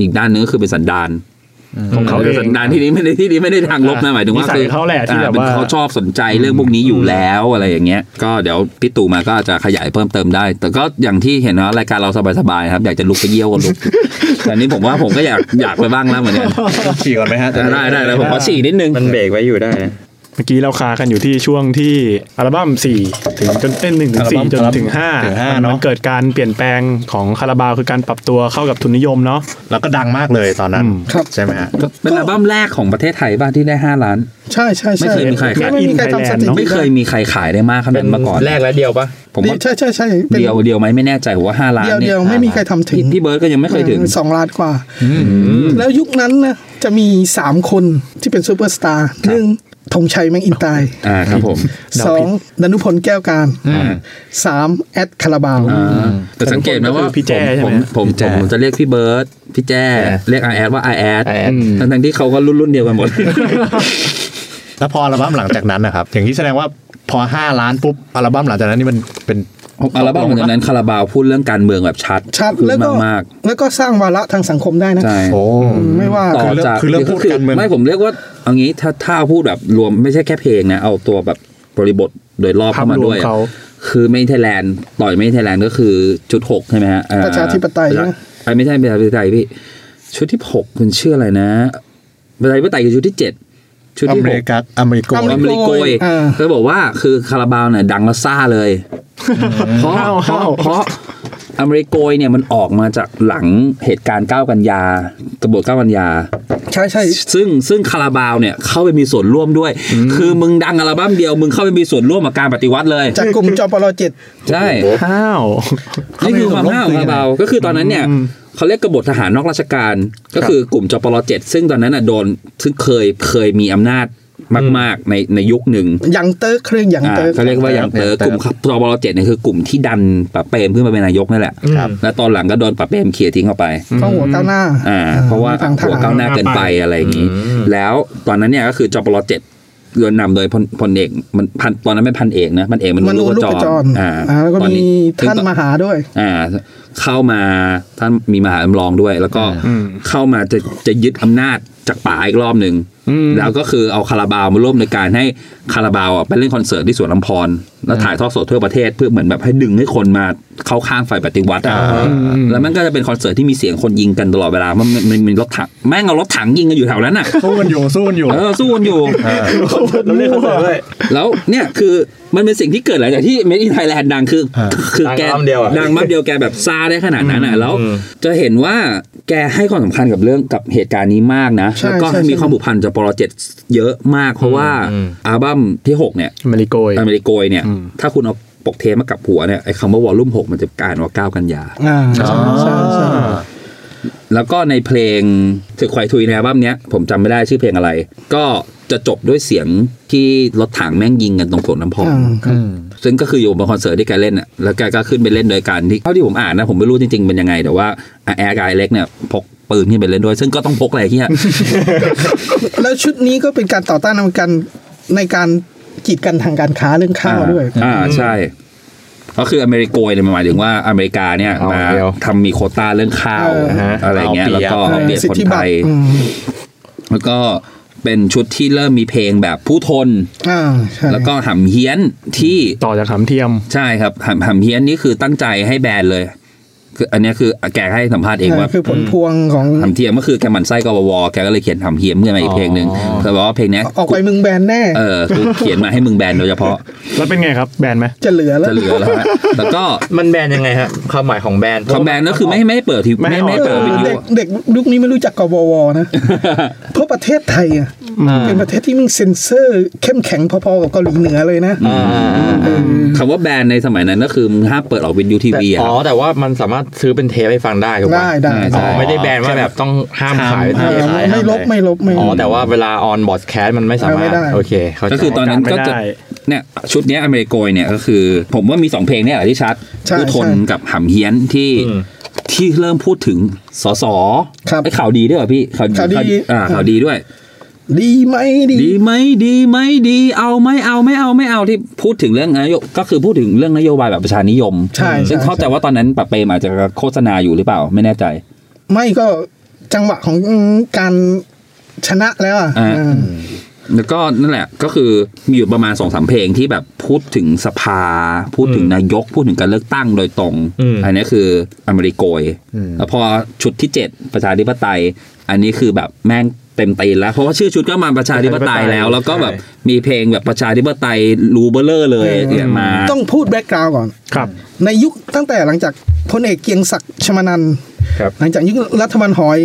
[SPEAKER 5] อีกด้านหนึงก็คือเป็นสันดาน
[SPEAKER 2] ของเขาเอ
[SPEAKER 5] แต่
[SPEAKER 2] ง
[SPEAKER 5] สันดานที่นี้ไม่ [LAUGHS] ได้ที่นี้ไม่ได้ทางลบนะหมายถึงว่า
[SPEAKER 2] นิสัยเขาแหละที่แบบ
[SPEAKER 5] อ่เป็น
[SPEAKER 2] ว่า
[SPEAKER 5] เขาชอบสนใจเรื่องพวกนี้อยู่แล้วอะไรอย่างเงี้ย ก็เดี๋ยวพี่ตู่มาก็อาจจะขยายเพิ่มเติมได้ แต่ก็อย่างที่เห็นนะรายการเราสบายๆครับอยากจะลุกไปเยี่ยวก็ [LAUGHS] ลุกแต่อันนี้ผมว่าผมก็อยากอยากไปบ้างแล้วเหมือนกัน
[SPEAKER 3] ขี่ก่อนไหมฮะ
[SPEAKER 5] แต่ [LAUGHS] ได้ได้แล้วผมขอฉี่นิดนึง
[SPEAKER 4] มันเบรกไว้อยู่ได้นะ
[SPEAKER 2] เมื่อกี้เราคากันอยู่ที่ช่วงที่อัลบั้ม4ถึงจนเอ้นหนึ่งถึงสี่จนถึงห้า
[SPEAKER 3] ถึงห้า
[SPEAKER 2] มัน
[SPEAKER 3] เนอะ
[SPEAKER 2] มันเกิดการเปลี่ยนแปลงของคาราบาวคือการปรับตัวเข้ากับทุนนิยมเนาะ
[SPEAKER 3] แล้วก็ดังมากเลยตอนนั้น
[SPEAKER 2] อืม
[SPEAKER 6] ครับ
[SPEAKER 3] ใช่ไหมฮะ
[SPEAKER 5] เป็นอัลบั้มแรกของประเทศไทยบ้างที่ได้ 5 ล้าน
[SPEAKER 6] ใช่ใช่
[SPEAKER 5] ไม่
[SPEAKER 6] ใช่
[SPEAKER 5] เคยมีใครขาย
[SPEAKER 6] ไม่มีใครทำสถิติ
[SPEAKER 5] ไม่เคยมีใครขายได้มากขนาดนั้นมาก่อน
[SPEAKER 4] แรกและเดียวปะ
[SPEAKER 5] ผมว่า
[SPEAKER 6] ใช่ใช่ใช่ป็น
[SPEAKER 5] เดียวเดียวไหมไม่แน่ใจผมว่าห้าล้าน
[SPEAKER 6] เดียว
[SPEAKER 5] นี่
[SPEAKER 6] เดียวไม่มีใครทำถึง
[SPEAKER 5] พี่พี่เบิร์ดก็ยังไม่เคยถึง
[SPEAKER 6] ออสองล้านกว่า แล้วยุคนั้นนะ จะมีสามคนที่เป็นซูเปอร์สตาร์หนึ่งธงชัยแมงอินไตาย
[SPEAKER 5] อ่าครับผม
[SPEAKER 6] สองดนุพลแก้วการสามแอดคาราบาว
[SPEAKER 5] อ่าแต่สังเกตไหมว่า
[SPEAKER 2] คือพี่แจ้ใช่
[SPEAKER 5] ผม
[SPEAKER 2] ไหม
[SPEAKER 5] ผมผมผมจะเรียกพี่เบิร์ตพี่แจ้เรียกไอแอดว่าไอแอด
[SPEAKER 4] IAD
[SPEAKER 5] ทั้งทั้งๆที่เขาก็รุ่นรุ่นเดียวกันหมด
[SPEAKER 3] แล้วพออัลบั้มหลังจากนั้นนะครับ อย่างนี้แสดงว่าพอห้าล้านปุ๊บอัลบั้มหลังจากนั้นนี่มันเป็น
[SPEAKER 5] อัลบั้มหลังจากนั้นคาราบาวพูดเรื่องการเมืองแบบชัด
[SPEAKER 6] ชัด
[SPEAKER 5] ขึ้น
[SPEAKER 6] แล้วก็
[SPEAKER 5] มาก
[SPEAKER 6] แล้วก็สร้างวาระทางสังคมได้
[SPEAKER 5] ๆ
[SPEAKER 6] นะ
[SPEAKER 5] ใช่
[SPEAKER 3] โอ้
[SPEAKER 6] ไม่ว่า
[SPEAKER 5] ต่อจาก
[SPEAKER 3] คือเริ่มพูดการเมือง
[SPEAKER 5] ไม่ผมเรียกว่าเอางี้ถ้าถ้าพูดแบบรวมไม่ใช่แค่เพลงนะ เอาตัวแบบบริบทโดยรอบ
[SPEAKER 2] ภา
[SPEAKER 5] เข้า
[SPEAKER 2] พ
[SPEAKER 5] มาร
[SPEAKER 2] วม
[SPEAKER 5] ด้วย
[SPEAKER 2] เขา
[SPEAKER 5] คือเมนเทแลนด์ต่อยเมนเทแลนด์ก็คือชุดหกใช่ไหมฮะเอ่อ
[SPEAKER 6] ประชาธิปไตย
[SPEAKER 5] ประชา
[SPEAKER 6] นะ
[SPEAKER 5] ไอ้ไม่ใช่ประชาธิปไตยพี่ ชุดที่หกคุณชื่ออะไรนะประชาธิปไตยคือชุดที่เจ็ดชุด
[SPEAKER 3] อ
[SPEAKER 5] ที่
[SPEAKER 3] เม
[SPEAKER 5] ห
[SPEAKER 3] ริ
[SPEAKER 5] ก
[SPEAKER 3] กาอเมริกา
[SPEAKER 5] อเมริโกย
[SPEAKER 6] อ่า
[SPEAKER 5] ก็บอกว่าคือคาราบาวเนี่ยดังและซ่าเลย เพราะ
[SPEAKER 2] ห้าว
[SPEAKER 5] เพราะ
[SPEAKER 2] ห้าว
[SPEAKER 5] เพราะอเมริโกยเนี่ยมันออกมาจากหลังเหตุการณ์ 9 กันยากบฏ9กันยา
[SPEAKER 6] ใช่ใช่
[SPEAKER 5] ซึ่งซึ่งคาราบาวเนี่ยเข้าไปมีส่วนร่วมด้วย คือมึงดังอัลบั้มเดียว มึงเข้าไปมีส่วนร่วมกับการปฏิวัติเลย
[SPEAKER 6] จากกลุ่มจปรเจ็ด
[SPEAKER 5] ใช่
[SPEAKER 2] ข้าว
[SPEAKER 5] นี่คือความน่าของคาราบาวก็คือตอนนั้นเนี่ย
[SPEAKER 2] อืม
[SPEAKER 5] เขาเรียกกบฏทหารนอกราชการ ก็คือกลุ่มจปรเจ็ดซึ่งตอนนั้นน่ะโดนซึ่งเคยเคยมีอำนาจมาก ๆ ในในยุคหนึ่ง
[SPEAKER 6] ยังเตอร์เครื่องยัง
[SPEAKER 5] อ่า
[SPEAKER 6] เตอร์
[SPEAKER 5] เขาเรียกว่าอย่างเตอร์กลุ่มจปรเจ็ดเนี่ยคือกลุ่มที่ดันปะเปรมขึ้นมาเป็นนายกนั่นแหละ
[SPEAKER 3] ครับ
[SPEAKER 5] แล้วตอนหลังก็โดนปะเปรมเขี่ยทิ้งออกไป
[SPEAKER 6] ข้องหัวก้าวหน้า
[SPEAKER 5] อ่าเพราะว่า
[SPEAKER 6] ทางท
[SPEAKER 5] หัว
[SPEAKER 6] หา
[SPEAKER 5] ก้าร วหน้าเกินไปอะไรอย่างนี้ แล้วตอนนั้นเนี่ยก็คือจปรเจ็ดโดยนำโดยพลพลเอกมันพันตอนนั้นไม่พันเอกนะพันเอกมัน
[SPEAKER 6] มัน
[SPEAKER 5] ลูก
[SPEAKER 6] รู้ลูก
[SPEAKER 5] ก
[SPEAKER 6] ก
[SPEAKER 5] ระ
[SPEAKER 6] ระ
[SPEAKER 5] จ
[SPEAKER 6] จ
[SPEAKER 5] ร
[SPEAKER 6] รอ่าแล้วก็มีท่านมหาด้วย
[SPEAKER 5] อ่า เข้ามาท่านมีมหาลำลองด้วย แล้วก็
[SPEAKER 2] อืม
[SPEAKER 5] เข้ามาจะจะยึดอำนาจจากป่าอีกรอบหนึ่งแล้วก็คือเอาคาราบาวมาร่วมในการให้คาราบาวอ่ะไปเล่นคอนเสิร์ตที่สวนลำพรแล้วถ่ายทอดสดทั่วประเทศเพื่อเหมือนแบบให้ดึงให้คนมาเข้าข้างฝ่ายปฏิวัติอ่ะ แล้วมันก็จะเป็นคอนเสิร์ตที่มีเสียงคนยิงกันตลอดเวลา มันมันมันมีรถถังแม่งเอารถถังยิงกันอยู่แถวนั้นน่ะ
[SPEAKER 3] สู้กันอยู่สู้กันอยู่
[SPEAKER 5] เออสู้กันอยู่
[SPEAKER 2] เราเล่นเขาเลย
[SPEAKER 5] แล้วเนี่ยคือมันเป็นสิ่งที่เกิดหลังจากที่เม d ินไทยแลนด์ดังคือ
[SPEAKER 3] อ่า
[SPEAKER 5] คือแก
[SPEAKER 4] ดังรอบเดียวอะ
[SPEAKER 5] ดังมากเดียวแกแบบซาได้ขนาดนั้นอ่ะแล้ว จะเห็นว่าแกให้ความสำคัญกับเรื่องกับเหตุการณ์นี้มากนะ
[SPEAKER 6] ใช่
[SPEAKER 5] แล้วก็
[SPEAKER 6] ใช่
[SPEAKER 5] มี
[SPEAKER 6] ใช่
[SPEAKER 5] ความผูกพันกับปรเจกต์เยอะมากเพราะว่าอัลบั้มที่หกเนี่ย
[SPEAKER 2] อเมริโกย
[SPEAKER 5] อเมริโกยเนี่ย ถ้าคุณเอาปกเทปมากับหัวเนี่ยไอ้คำว่าวอลลุ่มหกมันจะกลายเป็นว่าเก้ากันยา
[SPEAKER 6] อ่าใช่ใช่ใช่
[SPEAKER 5] แล้วก็ในเพลงถึกควายทุยในอัลบั้มเนี้ยผมจำไม่ได้ชื่อเพลงอะไร ก็จะจบด้วยเสียงที่รถถังแม่งยิงกันตรงสวนน้ำพอง
[SPEAKER 6] อ่าครับ
[SPEAKER 5] ซึ่งก็คืออยู่บนคอนเสิร์ตที่แกเล่นอ่ะแล้วแกก็ขึ้นไปเล่นโดยการที่เท่าที่ผมอ่านนะ ผมไม่รู้จริงๆเป็นยังไง แต่ว่าอาแอร์กายเล็กเนี่ยพกปืนขึ้นไปเล่นด้วย ซึ่งก็ต้องพกอะไรที่ฮะ
[SPEAKER 6] แล้วชุดนี้ก็เป็นการต่อต้านอเมริกันในการกีดกันทางการค้าเรื่องข้าวด้วย
[SPEAKER 5] อ่าใช่ ก็คืออเมริโกยเนี่ยมันหมายถึงว่าอเมริกาเนี่ย
[SPEAKER 4] เอา
[SPEAKER 5] มา
[SPEAKER 4] เดียว
[SPEAKER 5] ทำมีโควต้าเรื่องข้าว
[SPEAKER 6] เออฮะ
[SPEAKER 5] อะไรเงี้ย
[SPEAKER 3] เอาเปรี
[SPEAKER 5] แ
[SPEAKER 3] ยบ
[SPEAKER 5] ล้วก็เอาเปรียบ
[SPEAKER 6] สิท
[SPEAKER 5] คน
[SPEAKER 6] ธิ
[SPEAKER 5] ไท
[SPEAKER 6] บัตร
[SPEAKER 5] ย
[SPEAKER 6] อืม
[SPEAKER 5] แล้วก็เป็นชุดที่เริ่มมีเพลงแบบผู้ทน
[SPEAKER 6] อ่าใช่
[SPEAKER 5] แล้วก็หำเฮี้ยนที่
[SPEAKER 2] ต่อจากขำเทียม
[SPEAKER 5] ใช่ครับหำหำเฮี้ยนนี่คือตั้งใจให้แบนเลย คืออันเนี้ยคือแกให้สัมภาษณ์เอง
[SPEAKER 6] ใช่
[SPEAKER 5] ว่า
[SPEAKER 6] คือผลพวงของ
[SPEAKER 5] หำเทียมก็คือแกหมันไส้กบวแกก็เลยเขียนหำเฮี้ยมขึ้นมาอีกเพลงหนึ่งเพื่อบอกว่าเพลงเนี้ย
[SPEAKER 6] ออกไปมึงแบนแน่
[SPEAKER 5] เออกูเขียนมาให้มึงแบนโดยเฉพาะ
[SPEAKER 2] แล้วเป็นไงครับ แบนไหม
[SPEAKER 6] จะเหลือแล้ว
[SPEAKER 5] จะเหลือแล้วฮะแล้วก็
[SPEAKER 4] มันแบนยังไงฮะความหมายของแบน
[SPEAKER 5] คอมแบนก็คือไม่ไม่ให้เปิดที
[SPEAKER 2] ไม่
[SPEAKER 5] ไม่
[SPEAKER 2] ให้
[SPEAKER 5] ไม่ให้เปิด
[SPEAKER 2] ออก
[SPEAKER 5] วิดี
[SPEAKER 6] เด็
[SPEAKER 5] โอก
[SPEAKER 6] เด็กยุคนี้ไม่รู้จักกววนะ
[SPEAKER 5] [LAUGHS]
[SPEAKER 6] เพราะประเทศไทยอ่ะเป็นประเทศที่มีเซ็นเซอร์ เข้มแข็งพอๆกับเกาหลีเหนือเลยนะ
[SPEAKER 5] คำว่าแบนในสมัยนั้นก็คือมึงห้ามเปิดออกวิดีโอทีวีอะ
[SPEAKER 4] อ๋อแต่ว่ามันสามารถซื้อเป็นเทปให้ฟังได้ถูกปะ
[SPEAKER 6] ได้ได้
[SPEAKER 5] ใช่
[SPEAKER 4] อ๋
[SPEAKER 5] ใช่
[SPEAKER 4] อไม่ได้แบนว่าแบบต้องห้ามขายเป็น
[SPEAKER 6] เอ
[SPEAKER 4] เท
[SPEAKER 6] อ
[SPEAKER 4] ป
[SPEAKER 3] ได้
[SPEAKER 6] ไม่ลบไม่ลบไม่ล
[SPEAKER 4] อ๋อบ แต่ว่าเวลาออนบอสแคสมันไม่สามาร
[SPEAKER 6] ไม่
[SPEAKER 4] ถ
[SPEAKER 6] ได้
[SPEAKER 4] โอเคเข้าใจ
[SPEAKER 5] ก็คือตอนนั้นก็จะ
[SPEAKER 2] ไม่ได้
[SPEAKER 5] เนี่ยชุดเนี้ยอเมริโกยเนี่ยก็คือ ผมว่ามีสองเพลงเนี่ยแหละที่ชัด
[SPEAKER 6] ใช่
[SPEAKER 5] ผู้ทน
[SPEAKER 6] ใช่
[SPEAKER 5] กับหำเฮี้ยนที่
[SPEAKER 4] อืม
[SPEAKER 5] ที่เริ่มพูดถึงสส
[SPEAKER 6] ครับ
[SPEAKER 5] ไอ้ข่าวดีด้วยเหรอพี่ข่าวดี
[SPEAKER 6] ข่าวดี
[SPEAKER 5] อ่าข่าวดีด้วย
[SPEAKER 6] ดีไหมดี
[SPEAKER 5] ดีไหมดีไหมดีเอาไหมเอาไม่เอาไม่เอาที่พูดถึงเรื่องนโยบก็คือพูดถึงเรื่องนโยบายแบบประชานิยม
[SPEAKER 6] ใช่
[SPEAKER 5] ซึ่ง
[SPEAKER 6] ใช่
[SPEAKER 5] เข้าใจว่าตอนนั้นปะเปรมอาจจะโฆษณาอยู่หรือเปล่าไม่แน่ใจ
[SPEAKER 6] ไม่ก็จังหวะของการชนะแล้วอ่ะ
[SPEAKER 5] อ่า
[SPEAKER 6] เออ
[SPEAKER 5] แล้วก็นั่นแหละก็คือมีอยู่ประมาณสองสามเพลงที่แบบพูดถึงสภา พูดถึงนายก พูดถึงการเลือกตั้งโดยตรง
[SPEAKER 4] อืม
[SPEAKER 5] นนี้คืออเมริโกยแล้วพอชุดที่เจ็ดประชาธิปไตย อันนี้คือแบบแม่งเต็มตีนแล้ว เพราะว่าชื่อชุดก็มาประชาธิปไตยแล้ว แล้วก็แบบมีเพลงแบบประชาธิปไตยรูเบอร์เลอร์เลยเนี่ยมา
[SPEAKER 6] ต้องพูดแบ็กกราวก่อน
[SPEAKER 2] ครับ
[SPEAKER 6] ในยุคตั้งแต่หลังจากพลเอกเกรียงศักดิ์ชมานันท์
[SPEAKER 4] ครับ
[SPEAKER 6] หลังจากยุครัฐบาลหอย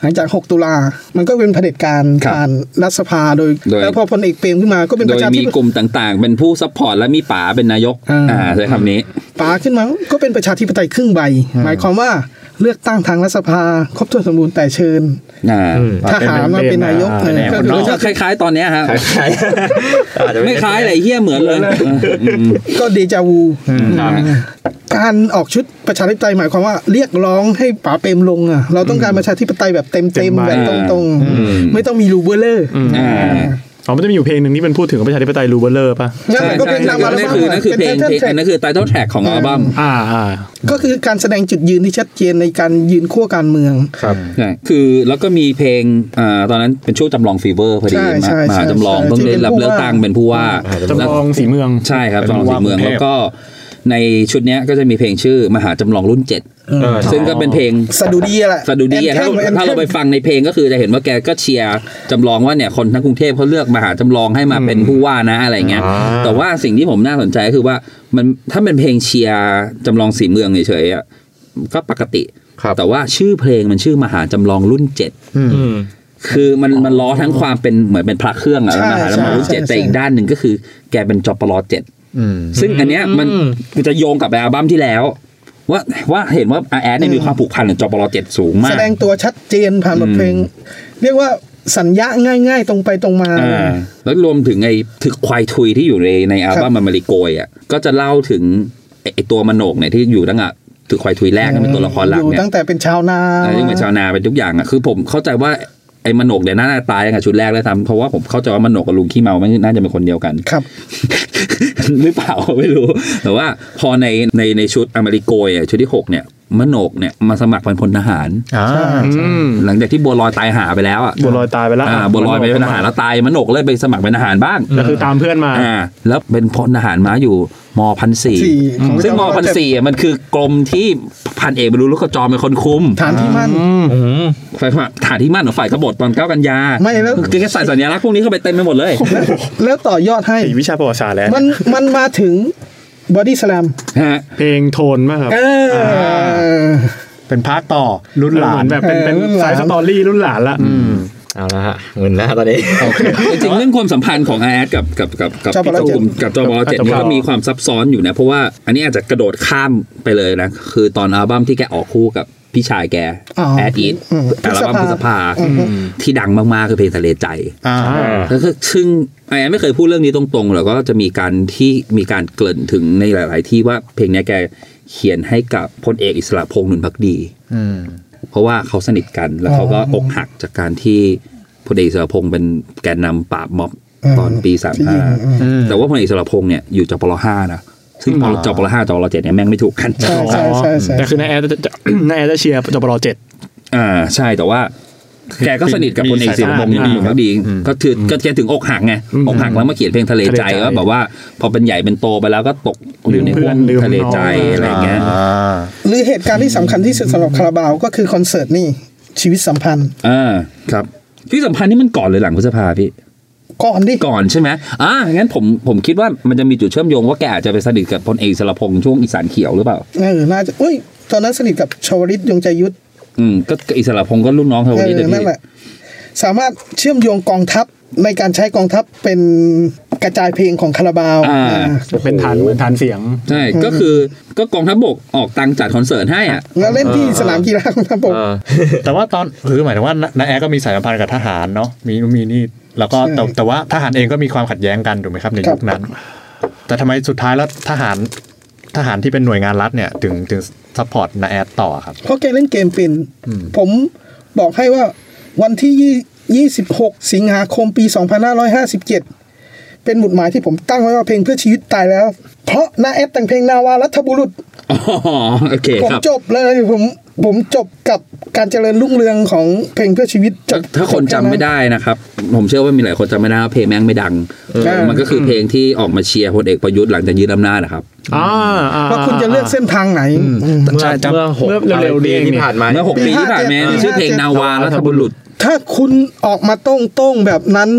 [SPEAKER 6] หลังจาก 6 ตุลา มันก็เป็นเผด็จการ
[SPEAKER 5] ครับ
[SPEAKER 6] ผ่านรัฐสภาโดย
[SPEAKER 5] โดย
[SPEAKER 6] แล้วพอพลเอกเปรมขึ้นมาก็เป็นป
[SPEAKER 5] โดย
[SPEAKER 6] ระชา
[SPEAKER 5] มี
[SPEAKER 6] ธิปไต
[SPEAKER 5] ก
[SPEAKER 6] ย
[SPEAKER 5] ลุ่มต่างๆ เป็นผู้ซัพพอร์ตและมีป๋าเป็นนายก
[SPEAKER 6] อ่า
[SPEAKER 5] อ่าใช้คำนี้
[SPEAKER 6] ป๋าขึ้นมาก็เป็นประชาธิปไตยครึ่งใบ หมายความว่า เลือกตั้งทางรัฐสภา ครบถ้วนสมบูรณ์แต่เชิญ
[SPEAKER 5] อ่า
[SPEAKER 4] อืม
[SPEAKER 6] ทหารมาเป็นนายก
[SPEAKER 3] เป็น
[SPEAKER 6] เออก็
[SPEAKER 3] เป็น
[SPEAKER 6] คือ
[SPEAKER 5] ก็คล้าย ๆ ตอนเนี้ยฮะ
[SPEAKER 4] คล้ายๆอาจจะ
[SPEAKER 5] ไม่คล้ายอะไรเฮี้ยเหมือนเลยอืม
[SPEAKER 6] ก็เดจาวู
[SPEAKER 5] ครับ
[SPEAKER 6] การออกชุดประชาธิปไตยหมายความว่าเรียกร้องให้ป๋าเปรมลงอ่ะ เราต้องการประชาธิปไตยแบบเต็มๆแบบตรงๆ ไม่ต้องมีรูเบอร์เลอร์
[SPEAKER 5] อ่า
[SPEAKER 2] อ๋อมันจะมีอยู่เพลงหนึ่งที่เป็นพูดถึงประชาธิปไตยรูเบอร์เลอร์ป่ะ
[SPEAKER 6] ใช่
[SPEAKER 5] ใช่
[SPEAKER 6] ก็
[SPEAKER 5] ใช่
[SPEAKER 6] เพลงตามอัล
[SPEAKER 5] นั่น
[SPEAKER 6] บั้ม
[SPEAKER 5] คือนั่นคือเพลง
[SPEAKER 6] ป็
[SPEAKER 5] เพลง
[SPEAKER 6] title
[SPEAKER 5] อัน
[SPEAKER 6] track
[SPEAKER 5] นั่นคือ title track ของอัลบั้ม
[SPEAKER 2] อ่าอ่า
[SPEAKER 6] ก็คือการแสดงจุดยืนที่ชัดเจนในการยืนขั้วการเมือง
[SPEAKER 4] ครับ
[SPEAKER 5] ใช่คือแล้วก็มีเพลงอ่าตอนนั้นเป็นช่วงจำลองฟีเวอร์พอดี
[SPEAKER 6] ใช่
[SPEAKER 5] มา
[SPEAKER 6] ใช่
[SPEAKER 5] มา
[SPEAKER 6] ใช่
[SPEAKER 5] จำลอง
[SPEAKER 6] ใช่
[SPEAKER 5] เพิ่งได้รับ
[SPEAKER 6] ที่เป็นผู้
[SPEAKER 5] เลือกตั้ง
[SPEAKER 6] ว่า
[SPEAKER 5] เป็นผู้ว่า
[SPEAKER 2] จำลองสีเมือง
[SPEAKER 5] ใช่ครับจำลองสีเมือง
[SPEAKER 3] เป็นผู้ว่า
[SPEAKER 5] แล้วก็ในชุดเนี้ยก็จะมีเพลงชื่อมหาจำลองรุ่นเจ็ด
[SPEAKER 4] เออ
[SPEAKER 5] ซึ่งก็เป็นเพลง
[SPEAKER 6] สะดุดีแหละ
[SPEAKER 5] สะดุดีอะถ้า
[SPEAKER 6] แอนทม
[SPEAKER 5] ถ้าเราไปฟังในเพลงก็คือจะเห็นว่าแกก็เชียร์จำลองว่าเนี่ยคนทั้งกรุงเทพเขาเลือกมาหาจำลองให้มาเป็นผู้ว่านะอะไรเงี้ย
[SPEAKER 4] อ่า
[SPEAKER 5] แต่ว่าสิ่งที่ผมน่าสนใจก็คือว่ามันถ้าเป็นเพลงเชียร์จำลองสีเมืองเฉยๆอะก็ปกติ
[SPEAKER 4] ครับ
[SPEAKER 5] แต่ว่าชื่อเพลงมันชื่อมหาจำลองรุ่นเจ็ด
[SPEAKER 4] อืม
[SPEAKER 5] คือมันมันล้อทั้งความเป็นเหมือนเป็นพระเครื่องอะแล้วมหาจำลองรุ่นเจ็ดแต่อีกด้านหนึ่งก็คือแกเป็นจปลเจ็ด
[SPEAKER 3] อืม
[SPEAKER 5] ซึ่งอันเนี้ยมัน
[SPEAKER 4] อืม
[SPEAKER 5] จะโยงกลับไปอัลบั้มที่แล้ว ว่าว่าเห็นว่าอาแอดเนี่ยมีความผูกพันกับจปลเจ็ดสูงมา
[SPEAKER 6] แส
[SPEAKER 5] ก
[SPEAKER 6] ดงตัวชัดเจนผ่านบทเพลง เรียกว่าสัญญาง่ายๆ ตรงไปตรงมา
[SPEAKER 5] อ่าแล้วรวมถึงไอ้ถึกควายทุยที่อยู่ในในอัลบั้มมามาริโกยอ่ะก็จะเล่าถึงไอ้ไอ้ตัวมโนกเนี่ยที่อยู่ตั้งแต่ถึกควายทุยแรกนั่นเป็นตัวละครหลัก
[SPEAKER 6] อยู่
[SPEAKER 5] เนี่ย
[SPEAKER 6] ตั้งแต่เป็นชาวนา
[SPEAKER 5] อ่าที่เป็นชาวนาเป็นทุกอย่างอ่ะคือผมเข้าใจว่าไอ้มโนกเนี่ยน่าจะตายตั้งแต่ชุดแรกเลยทำเพราะว่าผมเข้าใจว่ามโนกกับลุงขี้เมาไม่น่าจะเป็นคนเดียวกัน [LAUGHS]
[SPEAKER 6] ครับ
[SPEAKER 5] หรือเปล่าไม่รู้ แต่ว่าพอในในในชุดอเมริโกยอ่ะชุดที่หกเนี่ยมโนกเนี่ยมาสมัครเป็นพลทหาร
[SPEAKER 3] อ่า
[SPEAKER 2] อืม
[SPEAKER 5] หลังจากที่บัวลอยตายหาไปแล้วอ่ะ
[SPEAKER 2] บัวลอยตายไปแล้ว
[SPEAKER 5] อ่าบัวลอยไปเป็นทหารแล้วตายมโนกเลยไปสมัครเป็นทหารบ้าง
[SPEAKER 2] ก็คือตามเพื่อนมา
[SPEAKER 5] อ่าแล้วเป็นพลทหารม้าอยู่มพันสี่
[SPEAKER 6] สี่ของ
[SPEAKER 5] ซึ่ง
[SPEAKER 6] เจ้ามพ่อ
[SPEAKER 5] พันสี่มันคือกรมที่พันเอกบรรลุลูกกระจอมเป็นคนคุม
[SPEAKER 6] ฐานที่มั่น
[SPEAKER 4] อืม
[SPEAKER 5] ฝ่ายฐานที่มั่นของฝ่ายกบฏตอนเก้ากันยา
[SPEAKER 6] ไม่แล้ว
[SPEAKER 5] คือแกใส่สัญลักษณ์พวกนี้เข้าไปเต็มไปหมดเลย
[SPEAKER 6] แล้วต่อยอดให้
[SPEAKER 2] ไอ้วิชาประวัติศาสตร์แล้ว
[SPEAKER 6] มันมันมาถึงบอดี้ส a ลม
[SPEAKER 5] ฮะ
[SPEAKER 2] เพลงโทนมากครับ
[SPEAKER 6] เออ
[SPEAKER 3] เป็นพาร์ทต่อรุ่นหลา
[SPEAKER 2] เหมือ
[SPEAKER 3] น
[SPEAKER 2] นแบบเป็นเป็น
[SPEAKER 6] เออรุ่นหลา
[SPEAKER 2] สาน ยสตอรี่รุ่นหลานละ
[SPEAKER 4] เอาละฮะเงินหน้าตอนนี้
[SPEAKER 5] จริงๆเรื่องความสัมพันธ์ของอาแอดกับกับกับกับ
[SPEAKER 6] จบ
[SPEAKER 5] พี่
[SPEAKER 6] แล้ว
[SPEAKER 5] ตูมกับจอบอเจ็ดเนี่ยก็มีความซับซ้อนอยู่นะ เพราะว่าอันนี้อาจจะกระโดดข้ามไปเลยนะ คือตอนอัลบั้มที่แกออกคู่กับพี่ชายแก
[SPEAKER 6] อ๋อ
[SPEAKER 5] แอดอีท
[SPEAKER 6] อืม
[SPEAKER 5] อัลบั้มพ
[SPEAKER 6] พ
[SPEAKER 5] ฤ
[SPEAKER 6] ฤ
[SPEAKER 5] ษ
[SPEAKER 6] ษ
[SPEAKER 5] ภา
[SPEAKER 6] ภา
[SPEAKER 5] ที่ดังมากๆคือเพลงทะเลใจ
[SPEAKER 3] อ่า
[SPEAKER 5] ก็คือซึ่งไอ้ไม่เคยพูดเรื่องนี้ตรงๆหรอกก็จะมีการที่มีการเกริ่นถึงในหลาย ๆ ที่ว่าเพลงเนี้ยแกเขียนให้กับพลเอกอิสระพงษ์นุนพักดี
[SPEAKER 3] อืม
[SPEAKER 5] เพราะว่าเขาสนิทกันแล้วเขาก็อกหักจากการที่พลเอกอิสระพงษ์เป็นแกนนำปราบม็อบ
[SPEAKER 6] อืม
[SPEAKER 5] ตอนปีสาม
[SPEAKER 6] ที่ยิ
[SPEAKER 5] ห้าง
[SPEAKER 6] อืม
[SPEAKER 5] แต่ว่าพลเอกอิสระพงษ์เนี่ยอยู่จปลห้านะซึ่งพอจปลห้าจปลเจ็ดเนี่ยแม่งไม่ถูกกัน
[SPEAKER 6] ใช่ใช่ใช่ใช่
[SPEAKER 2] แต่คือนายแอร์จะจะ นายแอร์จะเชียร์จปรเจ็ด
[SPEAKER 5] อ่าใช่แต่ว่า แกก็สนิทกับพลเอกศิลปพงษ์
[SPEAKER 2] มี
[SPEAKER 5] นี่
[SPEAKER 2] สายตา
[SPEAKER 5] ดีก็ดี ก็ถือก็แกถึงอกหักไง
[SPEAKER 2] อืม
[SPEAKER 5] อกหักแล้วมาเขียนเพลงทะเล
[SPEAKER 2] ทะเลใจ
[SPEAKER 5] ใจว่าแบบว่า พอเป็นใหญ่เป็นโตไปแล้วก็ตกอยู่ใน
[SPEAKER 2] ลืมเพื่
[SPEAKER 5] ห่ว
[SPEAKER 2] อน
[SPEAKER 5] ง
[SPEAKER 2] ลืม
[SPEAKER 5] ทะเลใจ
[SPEAKER 2] น้อง
[SPEAKER 5] อะไรอย่างเงี้ย
[SPEAKER 3] อ่า
[SPEAKER 6] หรือเหตุการณ์ที่สำคัญที่สุดสำหรับคาราบาวก็คือคอนเสิร์ตนี่ชีวิตสัมพันธ์
[SPEAKER 5] อ่าครับที่สำคัญนี่มันก่อนหรือหลังพฤษภาพี่
[SPEAKER 6] ก่อนดิ
[SPEAKER 5] ก่อนใช่ไหมอ่างั้นผมผมคิดว่ามันจะมีจุดเชื่อมโยงว่าแกอาจจะไปสนิทกับพลเอกสรพงษ์ช่วงอีสานเขียวหรือเปล่า
[SPEAKER 6] เออน่าจะอุ้ย ตอนนั้นสนิทกับชวลิตยงใจยุทธ
[SPEAKER 5] อืมก็ก็อิสระพงษ์ก็รุ่นน้องเขา
[SPEAKER 6] เอ
[SPEAKER 5] คนนี้
[SPEAKER 6] อ
[SPEAKER 5] เดี๋ยว
[SPEAKER 6] นั่
[SPEAKER 5] พี่
[SPEAKER 6] นแหละ สามารถเชื่อมโยงกองทัพในการใช้กองทัพเป็นกระจายเพลงของคาราบาว
[SPEAKER 5] อ่า
[SPEAKER 6] อ่า
[SPEAKER 2] เป็นฐานเหมือนฐานเสียง
[SPEAKER 5] ใช่ก็คือก็กองทัพบกออกตังค์จัดคอนเสิร์ตให้อ่ะ
[SPEAKER 6] แล้วเล่นที่สนามกีฬาของทัพบก
[SPEAKER 4] เออ
[SPEAKER 3] แต่ว่าตอนคือหมายถึงว่านาแอร์ก็มีสายสัมพันธ์กับทหารเนาะมีนู่นมีนี่แล้วก็แต่
[SPEAKER 6] ใช่
[SPEAKER 3] แต่ว่าทหารเองก็มีความขัดแย้งกันถูกไหมครับใน
[SPEAKER 6] ครับ
[SPEAKER 3] ยุคนั้น แต่ทำไมสุดท้ายแล้วทหารทหารที่เป็นหน่วยงานรัฐเนี่ยถึงถึงซัพพอร์ตนาแอดต่อครับ
[SPEAKER 6] เพราะแกเล่นเกมเป็น ผมบอกให้ว่าวันที่ยี่26 สิงหาคมปี 2557 เป็นหมุดหมายที่ผมตั้งไว้ว่าเพลงเพื่อชีวิตตายแล้ว เพราะน้าแอดแต่งเพลงนาวารัฐบุรุษ
[SPEAKER 5] อ๋อโอเค
[SPEAKER 6] ผม
[SPEAKER 5] ครับ
[SPEAKER 6] จบเลยผมผมจบกับการเจริญรุ่งเรืองของเพลงเพื่อชีวิตจบ
[SPEAKER 5] ถ้าคนจำไม่ได้นะครับ ผมเชื่อว่ามีหลายคนจำไม่ได้ว่าเพลงแม่งไม่ดัง
[SPEAKER 6] ใช่
[SPEAKER 5] มันก็คือเพลงที่ออกมาเชียร์พลเอกประยุทธ์หลังจากยึดอำนาจนะครับ
[SPEAKER 2] อ่าอ่
[SPEAKER 6] ว่าคุณจะเลือกเส้นทางไหนอืม
[SPEAKER 4] เมื่อเมื่อหก
[SPEAKER 2] เมื่อเร็วๆนี้เอง
[SPEAKER 4] ที่
[SPEAKER 2] เนี่ย
[SPEAKER 4] ผ่านมา
[SPEAKER 5] เมื่อหก
[SPEAKER 6] ปี
[SPEAKER 5] ปีที่ผ่านมา
[SPEAKER 6] ห้าเจ็ด
[SPEAKER 5] เนี่ยชื่อเพลงนาวารัฐบุรุษ
[SPEAKER 6] ถ้าคุณออกมาโต้งๆแบบนั้น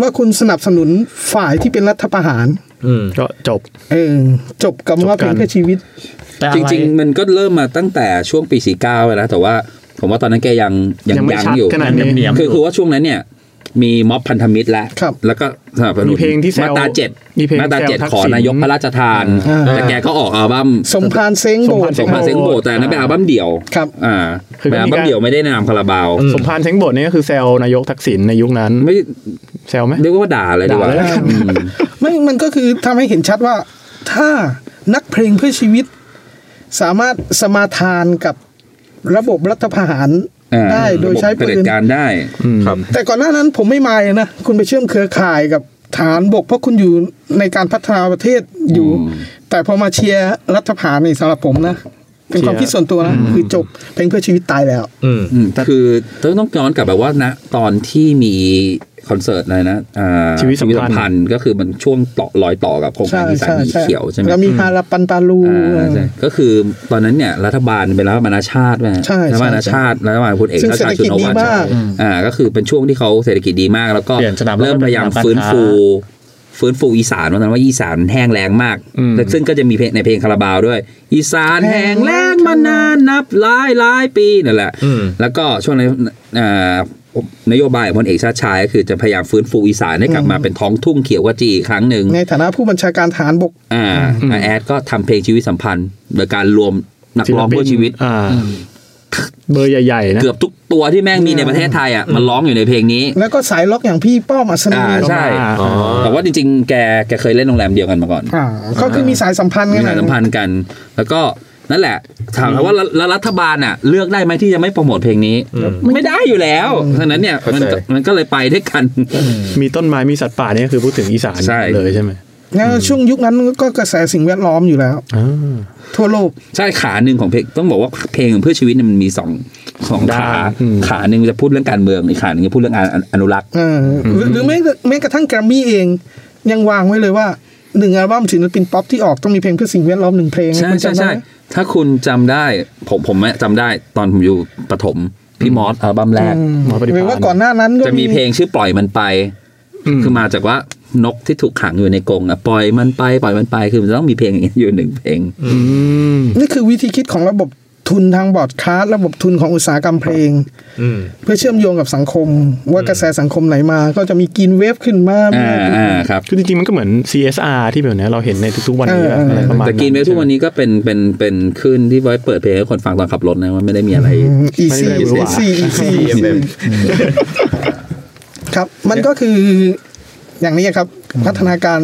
[SPEAKER 6] ว่าคุณสนับสนุนฝ่ายที่เป็นรัฐประหาร
[SPEAKER 4] อืม
[SPEAKER 2] ก็จบ
[SPEAKER 6] เออจบกับว่าเพลงเพื่อชีวิต
[SPEAKER 3] แต่อะ
[SPEAKER 5] จ
[SPEAKER 3] ไ
[SPEAKER 5] ริง ๆ มันก็เริ่มมาตั้งแต่ช่วงปี 49ไปแล้วแต่ว่าผมว่าตอนนั้นแกยังยัง
[SPEAKER 2] ยังไม่
[SPEAKER 5] ยัง
[SPEAKER 2] ชัด
[SPEAKER 5] อยู่
[SPEAKER 2] ขนาดนี้
[SPEAKER 5] คือคือว่าช่วงนั้นเนี่ย มีม็อบพันธมิตรแล้ว
[SPEAKER 6] ครับ
[SPEAKER 5] แล้วก็สนับสนุน
[SPEAKER 2] มีเพลงที่แซว
[SPEAKER 5] มาตราเจ็ด
[SPEAKER 2] มีเพลง
[SPEAKER 5] มาตราเจ็ด
[SPEAKER 2] แซวทัก
[SPEAKER 5] ขอ
[SPEAKER 2] ษิณ
[SPEAKER 5] นายกพระราชทาน
[SPEAKER 6] อ่า
[SPEAKER 5] แต่แกก็ออกอัลบั้ม
[SPEAKER 6] สมพานเซ้งโบสถ์
[SPEAKER 5] สงพานเซ็งโบแต่อันนั้นเป็นอัลบั้มเดี่ยว
[SPEAKER 6] ครับ
[SPEAKER 5] อ่า
[SPEAKER 2] คือ
[SPEAKER 5] เป็นอัล
[SPEAKER 2] มี
[SPEAKER 5] บั้
[SPEAKER 2] กามร
[SPEAKER 5] เดี่ยวไม่ได้นามคาราบาว
[SPEAKER 2] สมพานเช้งบทนี่ก็คือแซลนายกทักษิณในยุคนั้น
[SPEAKER 5] ไม่
[SPEAKER 2] แซลไหม
[SPEAKER 5] เรียกว่าด่าเลยดีกว่า
[SPEAKER 2] ด่าเลย
[SPEAKER 5] อืม
[SPEAKER 6] ไม่มันก็คือทำให้เห็นชัดว่า ถ้านักเพลงเพื่อชีวิต สามารถสมาทานกับระบบรัฐประหาร
[SPEAKER 5] อ่า
[SPEAKER 6] ได้โดยใช้
[SPEAKER 5] ระบบเผด็จการได้
[SPEAKER 4] ครับ
[SPEAKER 6] แต่ก่อนหน้านั้นผมไม่มายนะ คุณไปเชื่อมเครือข่ายกับฐานบก เพราะคุณอยู่ในการพัฒนาประเทศอยู่
[SPEAKER 5] อืม
[SPEAKER 6] แต่พอมาเชียร์รัฐประหารนี่สำหรับผมนะ เป็นความคิดส่วนตัวนะคือจบเพลงเพื่อชีวิตตายแล้ว
[SPEAKER 4] อืม
[SPEAKER 5] อืมคือต้องต้องย้อนกลับไปว่านะตอนที่มีคอนเสิร์ตอะไรนะอ่า
[SPEAKER 2] ชีวิตสัมพันธ์
[SPEAKER 5] นธ์ก็คือมันช่วงต่อรอยต่อกับโครงการที่สานสีเขียวใช่ไหม
[SPEAKER 6] แล้วมีฮาราปันตาลู
[SPEAKER 5] อ่าใช่ก็คือตอนนั้นเนี่ยรัฐบาลเป็นรัฐบาลนาชาติไหม
[SPEAKER 6] ใช่
[SPEAKER 5] รัฐบาลนาชาติรัฐบาลพลเอก
[SPEAKER 6] ซึ่ง
[SPEAKER 5] รัชาติ
[SPEAKER 6] เศรษฐกิจดีมาก
[SPEAKER 5] ใช่อ่าก็คือเป็นช่วงที่เขาเศรษฐกิจดีมาก แล้วก็
[SPEAKER 3] เปลี่ยนสนามรบ
[SPEAKER 5] เริ่มพยายาม
[SPEAKER 3] เป็นสนาม
[SPEAKER 5] ฟื้น
[SPEAKER 3] การค้า
[SPEAKER 5] ฟู ฟื้นฟูอีสานเพราะตอนนั้นว่าอีสานแห้งแล้งมากและซึ่งก็จะมีเพลงในเพลงคาราบาวด้วย อีสานแห้งแล้งมานานนับหลายหลายปีนั่นแหละ
[SPEAKER 4] อืม
[SPEAKER 5] แล้วก็ช่วงนั้นอ่านโยบายของพลเอกชาติชายก็คือจะพยายามฟื้นฟูอีสานให้กลับมาเป็นท้องทุ่งเขียวกจีอีกครั้งหนึ่ง
[SPEAKER 6] ในฐานะผู้บัญชาการทหารบก
[SPEAKER 5] อ่าอาแอดก็ทำเพลงชีวิตสัมพันธ์ โดยการรวมนักร้องเพื่อชีวิต
[SPEAKER 2] อ่าเบอร์ใหญ่ๆนะ
[SPEAKER 5] เกือบทุกตัวที่แม่งมีในประเทศไทยอ่ะมันร้องอยู่ในเพลงนี้
[SPEAKER 6] แล้วก็สายล็อกอย่างพี่ป้อมอัศนี
[SPEAKER 5] อ่าใช่
[SPEAKER 4] อ๋อ
[SPEAKER 5] แต่ว่าจริงๆ แกแกเคยเล่นโรงแรมเดียวกันมาก่อน
[SPEAKER 6] อ่าก็คือมีสายสัมพันธ์
[SPEAKER 5] มี
[SPEAKER 6] กัน
[SPEAKER 5] สายสัมพันธ์กัน แล้วก็นั่นแหละ ถามว่าแล้วแล้วรัฐบาลน่ะเลือกได้ไหมที่จะไม่โปรโมทเพลงนี้ ไม่ได้อยู่แล้วฉะนั้นเนี่ยมัน
[SPEAKER 4] เข้าใจ
[SPEAKER 5] มันก็เลยไปด้วยกัน
[SPEAKER 2] มีต้นไม้มีสัตว์ป่านี่ก็คือพูดถึงอีสาน
[SPEAKER 5] ใช่
[SPEAKER 2] เลยใช่ไหม
[SPEAKER 6] แล้วช่วงยุคนั้นก็กระแสสิ่งแวดล้อมอยู่แล้ว
[SPEAKER 2] อ่า
[SPEAKER 6] ทั่วโลก
[SPEAKER 5] ใช่ขาหนึ่งของเพลงต้องบอกว่าเพลงของเพื่อชีวิตเนี่ยมันมีสองสองขา
[SPEAKER 2] ด้านอืม
[SPEAKER 5] ขาหนึ่งจะพูดเรื่องการเมืองอีกขาหนึ่งจะพูดเรื่องออนุรักษ์
[SPEAKER 6] เออหรือหรือแม้แม้กระทั่งแกรมมี่เอง ยังวางไว้เลยว่าหนึ่งอัลบั้มศิลปินป๊อปที่ออกต้องมีเพลงเพื่อสิ่งแวดล้อมหนึ่งเพลง
[SPEAKER 5] ใช่
[SPEAKER 6] คุณ
[SPEAKER 5] ใช่
[SPEAKER 6] จำ
[SPEAKER 5] ใช่
[SPEAKER 6] ได้ไหม
[SPEAKER 5] ถ้าคุณจำได้ผมผมอะจำได้ตอนผมอยู่ประถมพี่มอสอัลบั้มแรก
[SPEAKER 2] หมอปฏิ
[SPEAKER 6] ห
[SPEAKER 2] ภาณ
[SPEAKER 6] รือว่าก่อนหน้านั้นก็
[SPEAKER 5] จะมีเพลงชื่อปล่อยมันไป
[SPEAKER 2] อืม
[SPEAKER 5] คือมาจากว่านกที่ถูกขังอยู่ในกรงอะปล่อยมันไปปล่อยมันไปคือมันจะต้องมีเพลงอย่างนี้อยู่หนึ่งเพลง
[SPEAKER 2] อืม
[SPEAKER 6] นี่คือวิธีคิดของระบบทุนทางบอร์ดคาสต์ระบบทุนของอุตสาหกรรมเพลง
[SPEAKER 4] อืม
[SPEAKER 6] เพื่อเชื่อมโยงกับสังคม ว่ากระแสสังคมไหนมา ก็จะมีกินเวฟขึ้นมา
[SPEAKER 5] อ่าอ่าครับ
[SPEAKER 2] คือจริงๆ มันก็เหมือน CSR ที่แบบเนี้ยเราเห็นในทุกๆ วันนี้อะไรประมาณ
[SPEAKER 5] แต่กินเมลทุกวันนี้ก็เป็นเป็นเป็นขึ้นที่ไว้เปิดเพลงให้คนฟังตอนขับรถนะมันไม่ได้มีอะไร
[SPEAKER 6] อีซี่
[SPEAKER 2] ไม่ได้หวือห
[SPEAKER 6] อี
[SPEAKER 2] วา
[SPEAKER 6] ซี่อีซี่
[SPEAKER 4] EFM
[SPEAKER 6] ครับ มันก็คืออย่างนี้ครับ พัฒนาการ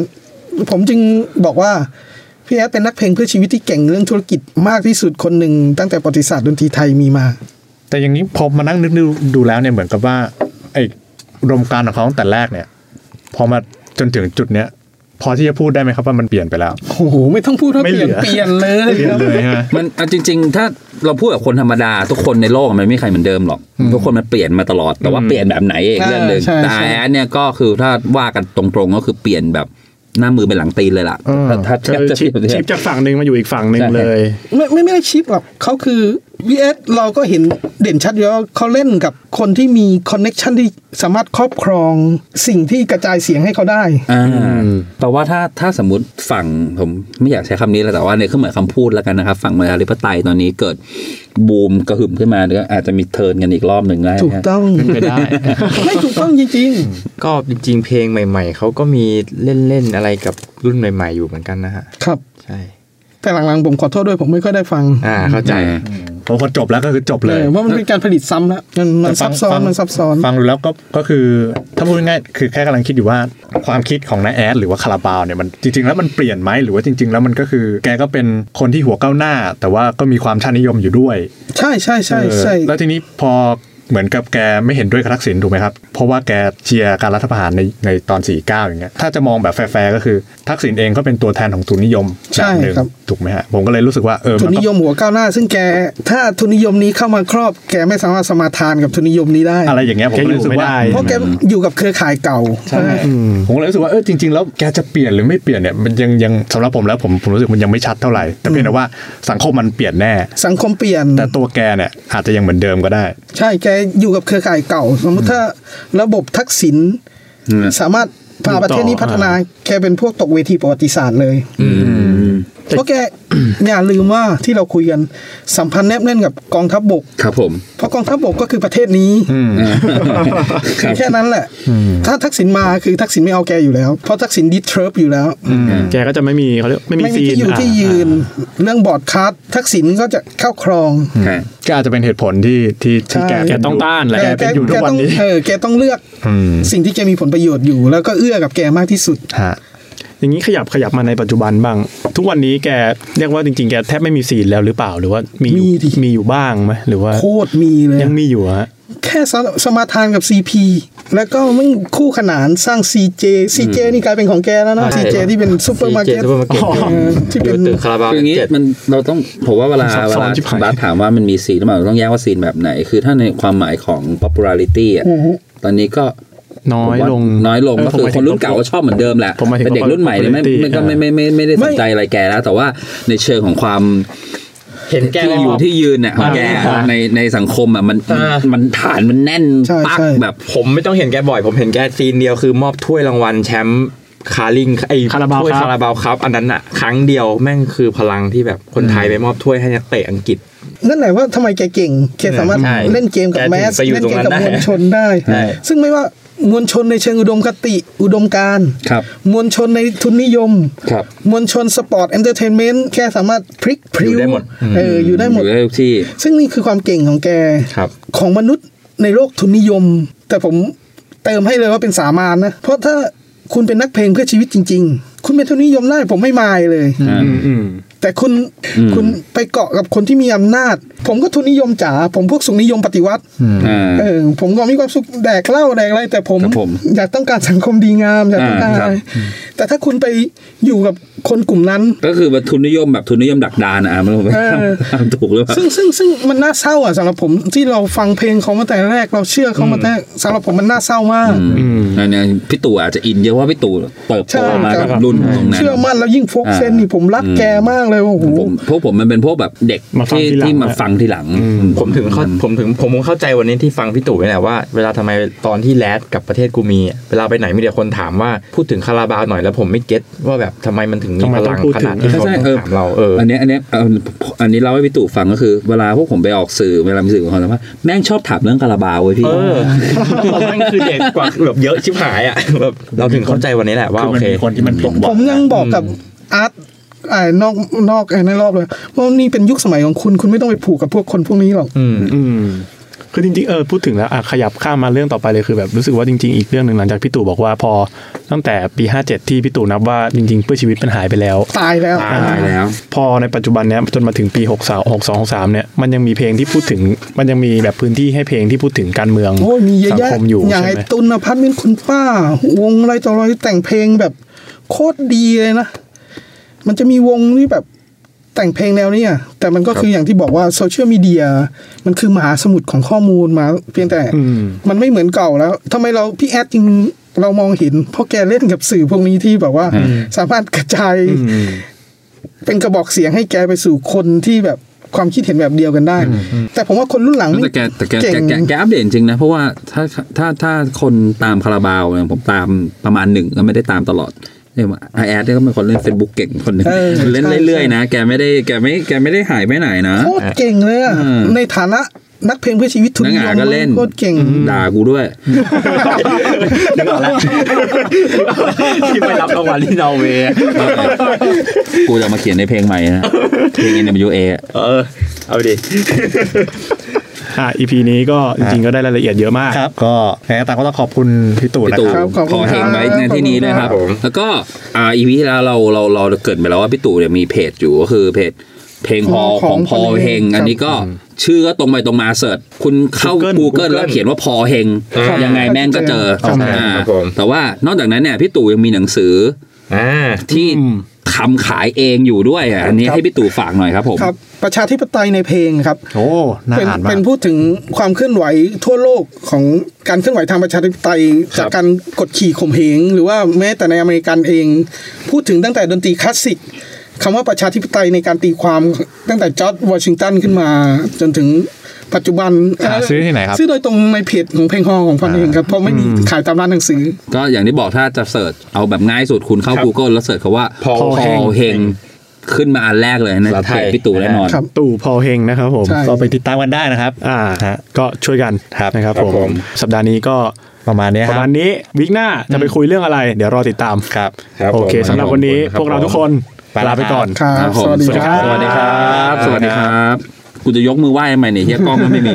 [SPEAKER 6] ผมจึงบอกว่า พี่แอดเป็นนักเพลงเพื่อชีวิตที่เก่งเรื่องธุรกิจมากที่สุดคนหนึ่ง ตั้งแต่ประวัติศาสตร์ดนตรีไทยมีมา
[SPEAKER 3] แต่อย่างนี้พอมานั่งนึกดูดูแล้วเนี่ยเหมือนกับว่าไอ้อุดมการณ์ของเขาตั้งแต่แรกเนี่ย พอมาจนถึงจุดเนี้ย พอที่จะพูดได้ไหมครับว่ามันเปลี่ยนไปแล้ว
[SPEAKER 6] โอ้โห ไม่ต้องพูดว่า
[SPEAKER 2] ไม่
[SPEAKER 6] เป
[SPEAKER 2] เหลื
[SPEAKER 6] ลี่ยน
[SPEAKER 2] อ
[SPEAKER 6] เปลี่ยนเลย
[SPEAKER 3] เปลี่ยนเลยฮะ
[SPEAKER 5] มันอ่ะจริง ๆ ถ้าเราพูดกับคนธรรมดา ทุกคนในโลกมันไม่มีใครเหมือนเดิมหรอก ทุกคนมันเปลี่ยนมาตลอดแต่ว่าเปลี่ยนแบบไหนเอง
[SPEAKER 6] อ่า
[SPEAKER 5] เรื่องหนึ่ง
[SPEAKER 6] ใช่
[SPEAKER 5] แต่
[SPEAKER 6] ใช่
[SPEAKER 5] แอนเนี่ยก็คือถ้าว่ากันตรงๆก็คือเปลี่ยนแบบหน้ามือเป็นหลังตีนเลยล่ะถ้าถ้า
[SPEAKER 2] ก็
[SPEAKER 5] เทียบ
[SPEAKER 2] คือ
[SPEAKER 5] จะ
[SPEAKER 2] ชิป
[SPEAKER 5] เทียบ
[SPEAKER 2] ชิปจากฝั่งหนึ่งมาอยู่อีกฝั่งหนึ่ง
[SPEAKER 5] ใช่
[SPEAKER 2] เลย
[SPEAKER 6] ไม่ไม่ไม่ได้ชิปหรอกเขาคือวีเอสเราก็เห็นเด่นชัดอยู่แล้วเขาเล่นกับคนที่มีคอนเน็ชันที่สามารถครอบครองสิ่งที่กระจายเสียงให้เขาได้
[SPEAKER 5] อ่าแปลว่าถ้าถ้าสมมติฝั่งผมไม่อยากใช้คำนี้แล้วแต่ว่าในเครื่องหมายคำพูดแล้วกันนะครับ ฝั่งประชาธิปไตยตอนนี้เกิดบูมกระหึ่มขึ้นมาก็อาจจะมีเทิร์นกันอีกรอบหนึ่งได้นะฮะ
[SPEAKER 6] ถูกต้อง
[SPEAKER 3] ไม่ได้
[SPEAKER 6] ไม่ถูกต้องจริง
[SPEAKER 4] ก็จริงๆ เพลงใหม่ ๆ เขาก็มีเล่น ๆ อะไรกับรุ่นใหม่ ๆ อยู่เหมือนกันนะฮะ
[SPEAKER 6] ๆ ครับ
[SPEAKER 4] ใช่
[SPEAKER 6] แต่หลังๆผมขอโทษด้วยผมไม่ค่อยได้ฟัง
[SPEAKER 4] อ่า เข้าใจ
[SPEAKER 3] พอพอจบแล้วก็คือจบ
[SPEAKER 6] เอ
[SPEAKER 3] เลย
[SPEAKER 6] อว่ามันเป็นการผลิตซ้ำแล้วมันมัน
[SPEAKER 3] แต่ฟั
[SPEAKER 6] ซั
[SPEAKER 3] ง
[SPEAKER 6] บซ้อ
[SPEAKER 3] ฟั
[SPEAKER 6] น
[SPEAKER 3] ง
[SPEAKER 6] มันซับซ้อน
[SPEAKER 3] ฟังดูแล้วก็ก็คือถ้าพูดง่ายๆคือแค่กำลังคิดอยู่ว่าความคิดของน้าแอดหรือว่าคาราบาวเนี่ยมันจริง ๆ แล้วมันเปลี่ยนไหมหรือว่าจริง ๆ แล้วมันก็คือ แกก็เป็นคนที่หัวก้าวหน้า แต่ว่าก็มีความชาตินิยมอยู่ด้วย
[SPEAKER 6] ใช่ใช่ใช่ใช่
[SPEAKER 3] เออแล้วทีนี้พอเหมือนกับแกไม่เห็นด้วยกับทักษิณถูกไหมครับ เพราะว่าแกเชียร์การรัฐประหารในในตอน 49 อย่างเงี้ยถ้าจะมองแบบแฟร์ๆก็คือทักษิณเองก็เป็นตัวแทนของทุนนิยมแบบหนึ่งถูกไหมฮะผมก็เลยรู้สึกว่าเออ
[SPEAKER 6] ทุ
[SPEAKER 3] มัน น
[SPEAKER 6] นิ
[SPEAKER 3] ก็
[SPEAKER 6] ยมหัวก้าวหน้า ซึ่งแกถ้าทุนนิยมนี้เข้ามาครอบแกไม่สามารถสมาทานกับทุนนิยมนี้ได้
[SPEAKER 3] อะไรอย่างเงี้ยผมก็เลยรู้สึกว่า
[SPEAKER 2] แกอยู่ไม่ได้
[SPEAKER 6] เพราะแกอยู่กับเครือข่ายเก่า
[SPEAKER 3] ใช่ผมก็เลยรู้สึกว่าเออจริง ๆ แล้วแกจะเปลี่ยนหรือไม่เปลี่ยนเนี่ยมันยังยังสำหรับผมแล้วผมผมรู้สึกมันยังไม่ชัดเท่าไหร่ แต่เพียงแต่ว่าสังคมมันเปลี่ยนแน่
[SPEAKER 6] สังคมเปลี่ยน
[SPEAKER 3] แต่ตัวแกเนี่ยอาจจะยังเหมือนเดิมก็ได้
[SPEAKER 6] ใช่แกอยู่กับเครือข่ายเก่า สมมติถ้าระบบทักษิณ
[SPEAKER 5] อืม
[SPEAKER 6] สามารถพาประเทศนี้พัฒนาแกเป็นพวกตกเวทีประวัติศาสตร์เลย เพราะแก [COUGHS] อย่าลืมว่าที่เราคุยกันสัมพันธ์แนบแน่นกับกองทัพบก
[SPEAKER 5] ครับผม
[SPEAKER 6] เพราะกองทัพบกก็คือประเทศนี้คือแค่นั้นแหละ ถ้าทักษิณมาคือทักษิณไม่เอาแกอยู่แล้ว เพราะทักษิณดิสเทิร์บอยู่แล้ว
[SPEAKER 2] แกก็จะไม่มีเขาเรียกไม่มี
[SPEAKER 6] ไม่มี
[SPEAKER 2] ซีน
[SPEAKER 6] ที่อยู่ที่ยืนเรื่องบอร์ดคัสทักษิณก็จะเข้าครอง
[SPEAKER 3] ก็อาจจะเป็นเหตุผลที่ที่ที่แก
[SPEAKER 6] ใช่
[SPEAKER 2] แก
[SPEAKER 3] เป็น
[SPEAKER 2] ต้อง
[SPEAKER 3] ยู่
[SPEAKER 2] ต้านแหละ
[SPEAKER 3] แกเป็นอยู่ทุกวันนี้
[SPEAKER 6] แกต้องเออแกต้องเลือก
[SPEAKER 3] อืม
[SPEAKER 6] สิ่งที่แกมีผลประโยชน์อยู่ แล้วก็เอื้อกับแกมากที่สุด
[SPEAKER 3] ฮะ
[SPEAKER 2] อย่างนี้ขยับขยับมาในปัจจุบันบ้าง ทุกวันนี้แกเรียกว่าจริงๆแกแทบไม่มีซีนแล้วหรือเปล่าหรือว่ามีอยู่
[SPEAKER 6] มีดิ
[SPEAKER 2] มีอยู่บ้างไหมหรือว่า
[SPEAKER 6] โคตรมีเลย
[SPEAKER 2] ยังมีอยู่ฮะ
[SPEAKER 6] แค่สมสมาทานกับ CP แล้วก็มึงคู่ขนานสร้าง CJ CJ นี่กลายเป็นของแกแล้วนะ
[SPEAKER 4] ใช่
[SPEAKER 6] CJ ที่เป็นซูเปอร์มาร์เก็ต
[SPEAKER 4] ซูเปอร์มาร์เก็ต
[SPEAKER 6] อ๋อที่เป็น
[SPEAKER 4] ตึกคาราบาว
[SPEAKER 5] คืออย่างนี้
[SPEAKER 4] เจ็ด
[SPEAKER 5] มันเราต้องผมว่าเวลา
[SPEAKER 2] ซับ
[SPEAKER 5] เว
[SPEAKER 2] ซ้อน
[SPEAKER 5] ลา
[SPEAKER 2] ชิบหาย
[SPEAKER 5] บาสถามว่ามันมีซีนหรือเปล่าเราต้องแยกว่าซีนแบบไหน คือถ้าในความหมายของ popularity อ่ะตอนนี้ก็
[SPEAKER 2] น้อยลง
[SPEAKER 5] น้อยลง
[SPEAKER 2] เ
[SPEAKER 5] ก็คือ
[SPEAKER 2] ผมหมย
[SPEAKER 5] ค
[SPEAKER 2] ถึ
[SPEAKER 5] น
[SPEAKER 2] ง
[SPEAKER 5] รุ่นเก่าก็ชอบเหมือนเดิมแหละ
[SPEAKER 2] ผมหมายถึง
[SPEAKER 5] เป็นเด็กรุ่นใหม่เลยไม่
[SPEAKER 2] popularity
[SPEAKER 5] ไม่ก็ไม่ไม่ไม่ไม่ไม่ได้สนใจอะไรแกแล้ว แต่ว่าในเชิงของความ
[SPEAKER 4] เห็นแก
[SPEAKER 5] ที่
[SPEAKER 4] แล้ว
[SPEAKER 5] อยู่ที่ยืนเนี่ยของแก
[SPEAKER 4] อ่า
[SPEAKER 5] ในในสังคมอ่ะมัน
[SPEAKER 4] อ่ามั
[SPEAKER 5] มันฐานมันแน่น
[SPEAKER 6] ใช่
[SPEAKER 5] ปัก
[SPEAKER 6] ใช่
[SPEAKER 5] แบบ
[SPEAKER 4] ผมไม่ต้องเห็นแกบ่อย ผมเห็นแกซีนเดียวคือมอบถ้วยรางวัลแชมป์คาลิงไอ้
[SPEAKER 2] คาราบาว
[SPEAKER 4] ถ้วย
[SPEAKER 2] ครับ
[SPEAKER 4] คาราบาวครับ อันนั้นอะครั้งเดียวแม่งคือพลังที่แบบคนไทยไปมอบถ้วยให้นักเตะอังกฤษ
[SPEAKER 6] นั่นแหละว่าทำไมแกเก่ง แกสามารถ
[SPEAKER 4] ใช่
[SPEAKER 6] เล่นเกมกับ
[SPEAKER 4] แกถึง
[SPEAKER 6] แมส
[SPEAKER 4] ไปอยู่
[SPEAKER 6] เล่น
[SPEAKER 4] ตรง
[SPEAKER 6] เกม
[SPEAKER 4] นั้น
[SPEAKER 6] กับมวล
[SPEAKER 4] ได้
[SPEAKER 6] ชนได้
[SPEAKER 4] ใช่
[SPEAKER 6] ซึ่งไม่ว่ามวลชนในเชิงอุดมคติ อุดมการณ์
[SPEAKER 5] ครับ
[SPEAKER 6] มวลชนในทุนนิยม
[SPEAKER 5] ครับ
[SPEAKER 6] มวลชนสปอร์ตเอนเตอร์เทนเมนต์แกสามารถพลิกพริ้
[SPEAKER 4] อยู่ได้
[SPEAKER 6] ว
[SPEAKER 4] หมด
[SPEAKER 6] เอออยู่ได้หม
[SPEAKER 5] อ
[SPEAKER 6] ด
[SPEAKER 5] ยู่ได้ทุกที่
[SPEAKER 6] ซึ่งนี่คือความเก่งของแก
[SPEAKER 4] ครับ
[SPEAKER 6] ของมนุษย์ในโลกทุนนิยม แต่ผมเติมให้เลยว่าเป็นสามานนะ เพราะถ้าคุณเป็นนักเพลงเพื่อชีวิตจริง ๆ คุณเป็นทุนนิยมได้ผมไม่มายเลย
[SPEAKER 2] อืมอืม
[SPEAKER 6] แต่คุณ
[SPEAKER 5] อืม
[SPEAKER 6] คุณไปเกาะกับคนที่มีอำนาจ ผมก็ทุนนิยมจ๋าผมพวกสุนนิยมปฏิวัติ
[SPEAKER 5] อ่า
[SPEAKER 6] เออผมก็มีความสุขแดกเหล้าแดกอะไรแต่ผม
[SPEAKER 5] ครับผม
[SPEAKER 6] อยากต้องการสังคมดีงามอยากต้องการ
[SPEAKER 5] อ่าครับ
[SPEAKER 6] อะไรแต่ถ้าคุณไปอยู่กับคนกลุ่มนั้น
[SPEAKER 5] ก็คือแบบทุนนิยมแบบทุนนิยมดักดานอ่ะมันผม
[SPEAKER 6] เออ
[SPEAKER 5] ทำถูกหรือเปล่า
[SPEAKER 6] ซึ่งซึ่งซึ่งมันน่าเศร้าอ่ะสำหรับผมที่เราฟังเพลงเขามาแต่แรกเราเชื่อเขามาแต่สำหรับผมมันน่าเศร้ามาก
[SPEAKER 5] อันเนี้ยพี่ตู่อาจจะอินเยอะว่าพี่ตู่เติบ
[SPEAKER 6] ใช่
[SPEAKER 5] โตมา
[SPEAKER 6] ครั
[SPEAKER 5] กั
[SPEAKER 6] บบ
[SPEAKER 5] รุ่นตรงนั้น
[SPEAKER 6] เชื่อมั่นแล้วยิ่งโฟกเซนนี่ผมรัก
[SPEAKER 5] อืม
[SPEAKER 6] แกมากเลยโอ้โห
[SPEAKER 5] ผมพวกผมมันเป็นพวกแบบเด็ก
[SPEAKER 2] มาฟัง
[SPEAKER 5] ที่
[SPEAKER 2] ทีหลัง
[SPEAKER 5] ที่มา
[SPEAKER 2] อะ
[SPEAKER 5] ฟังทีหลัง
[SPEAKER 4] ผมถึงเข้าผมถึงผมคงเข้าใจวันนี้ที่ฟังพี่ตู่ไปแหละว่าเวลาทำไมตอนที่แลดกับประเทศกูมีอะเวลาไปไหนมีแต่คนถามว่าพูดถึงคาราบาวหน่อยแล้วผมไม่เก็ตว่าแบบทำไมมันถึงมี
[SPEAKER 2] ทำไม
[SPEAKER 4] พ
[SPEAKER 2] ต้
[SPEAKER 4] ลั
[SPEAKER 2] อง
[SPEAKER 4] ง
[SPEAKER 2] พูด
[SPEAKER 4] ข
[SPEAKER 2] ถึง
[SPEAKER 4] นาดที่เขา
[SPEAKER 5] ใช่
[SPEAKER 4] ต้อ
[SPEAKER 5] ใช่
[SPEAKER 4] ง
[SPEAKER 5] เออ
[SPEAKER 4] ถามเราเอออ
[SPEAKER 5] อันเนี้ยอันเนี้ยเอาอันนี้เล่าให้พี่ตู่ฟังก็คือ เวลาพวกผมไปออกสื่อเวลามีสื่อของเขาว่าแม่งชอบถามเรื่องคาราบาวเว้ยพี่
[SPEAKER 4] เออมันคือ [LAUGHS] เด็กกว่าแบบเยอะชิบหายอ่ะแบบเราถึงเข้าใจวันนี้แหละว่า
[SPEAKER 3] คือมั
[SPEAKER 4] โอ
[SPEAKER 3] น
[SPEAKER 4] เค
[SPEAKER 3] มีคนที่มันผิดหวั
[SPEAKER 6] ผ
[SPEAKER 3] ง
[SPEAKER 6] มยังบอกกับอาร์ตไอ้นอกนอกไอ้ในนรอบเลยว่านี่เป็นยุคสมัยของคุณคุณไม่ต้องไปผูกกับพวกคนพวกนี้หรอก
[SPEAKER 4] อืม
[SPEAKER 2] อืมคือจริงๆเออพูดถึงแล้วอ่ะขยับข้ามมาเรื่องต่อไปเลยคือแบบรู้สึกว่าจริง ๆ อีกเรื่องหนึ่งหลังจากพี่ตู่บอกว่าพอตั้งแต่ปี 57 ที่พี่ตู่นับว่าจริง ๆ เพื่อชีวิตมันหายไปแล้ว
[SPEAKER 6] ตายแล้ว
[SPEAKER 5] ตายแล้ว
[SPEAKER 2] พอในปัจจุบันเนี้ยจนมาถึงปี 63 62 63เนี่ยมันยังมีเพลงที่พูดถึง มันยังมีแบบพื้นที่ให้เพลงที่พูดถึงการเมือง
[SPEAKER 6] โอ้ยมีเยอะ
[SPEAKER 2] สัง
[SPEAKER 6] แยะ
[SPEAKER 2] คมอยู่
[SPEAKER 6] อย่าง
[SPEAKER 2] ใช่
[SPEAKER 6] ไอ้
[SPEAKER 2] ไหม
[SPEAKER 6] ตุนอพัฒน์มินคุณป้า วงอะไรต่ออะไรแต่งเพลงแบบโคตรดีเลยนะ มันจะมีวงที่แบบแต่งเพลงแนวเนี้ยแต่มันก็คืออย่างที่บอกว่าโซเชียลมีเดียมันคือมหาสมุทรของข้อมูลมาเพียงแต่
[SPEAKER 2] อืม
[SPEAKER 6] มันไม่เหมือนเก่าแล้วทำไมเราพี่แอดจริงเรามองเห็นเพราะแกเล่นกับสื่อพวกนี้ที่แบบว่า สามารถกระจายเป็นกระบอกเสียงให้แกไปสู่คนที่แบบความคิดเห็นแบบเดียวกันได้ แต่ผมว่าคนรุ่นหลังนี่
[SPEAKER 5] แต่แกแต่แก
[SPEAKER 6] เก่ง
[SPEAKER 5] แกแกแกอัปเดตจริงนะ เพราะว่าถ้าถ้าถ้าคนตามคาราบาวเนี่ยผมตามประมาณหนึ่งก็ไม่ได้ตามตลอดเนี่ยไอแอดเนี่ยก็เป็นคนเล่น Facebook เก่งคนหนึง
[SPEAKER 6] เออ
[SPEAKER 5] เล่น
[SPEAKER 6] ใช่
[SPEAKER 5] เรื่อยๆนะ แกไม่ได้แกไม่แกไม่ได้หายไปไหนนะ
[SPEAKER 6] โคตรเก่งเลยอะ
[SPEAKER 5] อืม
[SPEAKER 6] ในฐานะนักเพลงเพื่อชีวิตทุนนิย
[SPEAKER 5] นัก
[SPEAKER 6] ม
[SPEAKER 5] หาก็เล่น
[SPEAKER 6] โคตรเก่ง
[SPEAKER 5] ด่ากูด้วย [LAUGHS]
[SPEAKER 4] ที่ไปรับรางวัลที่นอร์เวย์อะ
[SPEAKER 5] กูจะเอามาเขียนในเพลงใหม่นะ เพลง NWA อะ
[SPEAKER 4] เออ เอาดิ
[SPEAKER 2] อ่ะ EP นี้ก็จริงๆก็ได้รายละเอียดเยอะมาก
[SPEAKER 3] ครับ ก็แหมต่างก็ต้องขอบคุณพี่ตู่
[SPEAKER 5] พี่
[SPEAKER 3] นะ
[SPEAKER 5] ตู่
[SPEAKER 3] ครับ
[SPEAKER 6] ขอบ
[SPEAKER 5] ข
[SPEAKER 6] คุณ
[SPEAKER 5] อ
[SPEAKER 6] ครับ
[SPEAKER 5] เฮงไว้ในที่นี้ด้วยครับ
[SPEAKER 4] ขอบคุณครับ
[SPEAKER 5] แล้วก็อ่าอีพีแล้วเราเราเราเกริดไปแล้วว่าพี่ตู่เนี่ยมีเพจอยู่ก็คือเพจเพลงฮอ
[SPEAKER 6] ข
[SPEAKER 5] ข
[SPEAKER 6] อ
[SPEAKER 5] อง งพอเฮง
[SPEAKER 6] ครับ
[SPEAKER 5] อันนี้ก็ชื่อก็ตรงไปตรงมาเสิร์ชคุณเข้า
[SPEAKER 2] Google
[SPEAKER 5] Google แล้วเขียนว่าพอเฮง
[SPEAKER 6] ครับ
[SPEAKER 5] ยังไงแม่งก็เจอ
[SPEAKER 6] ครับ
[SPEAKER 5] อ่า
[SPEAKER 4] ครับผม
[SPEAKER 5] แต่ว่านอกจากนั้นเนี่ยพี่ตู่ยังมีหนังสือ
[SPEAKER 4] อ่า
[SPEAKER 5] ที่ทำขายเองอยู่ด้วยอ่ะอันนี้ให้พี่ตู่ฝากหน่อยครับผม
[SPEAKER 6] ครับ ประชาธิปไตยในเพลงครับ
[SPEAKER 3] โอ้ น่า
[SPEAKER 6] เป็น
[SPEAKER 3] อ่านมา
[SPEAKER 6] เป็
[SPEAKER 3] ก
[SPEAKER 6] นพูดถึงความเคลื่อนไหวทั่วโลกของการเคลื่อนไหวทางประชาธิปไตย จากการกดขี่ข่มเหงหรือว่าแม้แต่ในอเมริกันเอง พูดถึงตั้งแต่ดนตรีคลาสสิกคำว่าประชาธิปไตยในการตีความตั้งแต่จอร์จวอชิงตันขึ้นมา จนถึงปัจจุบัน
[SPEAKER 3] หาซื้อที่ไหนครับ
[SPEAKER 6] ซื้อโดยตรงในเพจของเพลงฮอของฟันเองครับเพราะไม่มีขายตามร้านหนังสือ
[SPEAKER 5] ก็อย่างที่บอกถ้าจะเสิร์ชเอาแบบง่ายสุดคุณเข้า Google แล้วเสิร์ชคาว่า
[SPEAKER 4] Paul
[SPEAKER 5] Paul
[SPEAKER 2] Heng
[SPEAKER 5] Heng ขึ้นมาอันแรกเลยใน
[SPEAKER 4] สำหรับ
[SPEAKER 5] เพ
[SPEAKER 4] ไทย
[SPEAKER 5] จพี่ตู่แน่นอน
[SPEAKER 6] ครับ
[SPEAKER 2] ตู่พอเฮงนะครับผม
[SPEAKER 6] ใช่
[SPEAKER 3] ก็ไปติดตามกันได้นะครับ
[SPEAKER 2] อ่า
[SPEAKER 3] ฮะ
[SPEAKER 2] ก็ช่วยกัน
[SPEAKER 3] ครับ
[SPEAKER 2] นะครับ
[SPEAKER 3] ครับ
[SPEAKER 2] ผ
[SPEAKER 3] ผม ม
[SPEAKER 2] สัปดาห์นี้ก็
[SPEAKER 3] ประมาณเนี้ย
[SPEAKER 2] ประ
[SPEAKER 3] ค
[SPEAKER 2] มา
[SPEAKER 3] รับ
[SPEAKER 2] ณนี้วิกหน้าจะไปคุยเรื่องอะไร เดี๋ยวรอติดตาม
[SPEAKER 3] ครับ
[SPEAKER 2] โอเคสำหรับวันนี้พวกเราทุกคน
[SPEAKER 3] ไปแล้ว
[SPEAKER 2] ลาไปก่อน
[SPEAKER 3] ครับ
[SPEAKER 6] ค
[SPEAKER 5] ค
[SPEAKER 6] รับ
[SPEAKER 5] รับผม
[SPEAKER 6] สวัสดีครับ
[SPEAKER 5] สวัสดีครับ สวัสดีครับ กูจะยกมือไหว้ทำไมเนี่ยเฮียกล้องมันไม่มี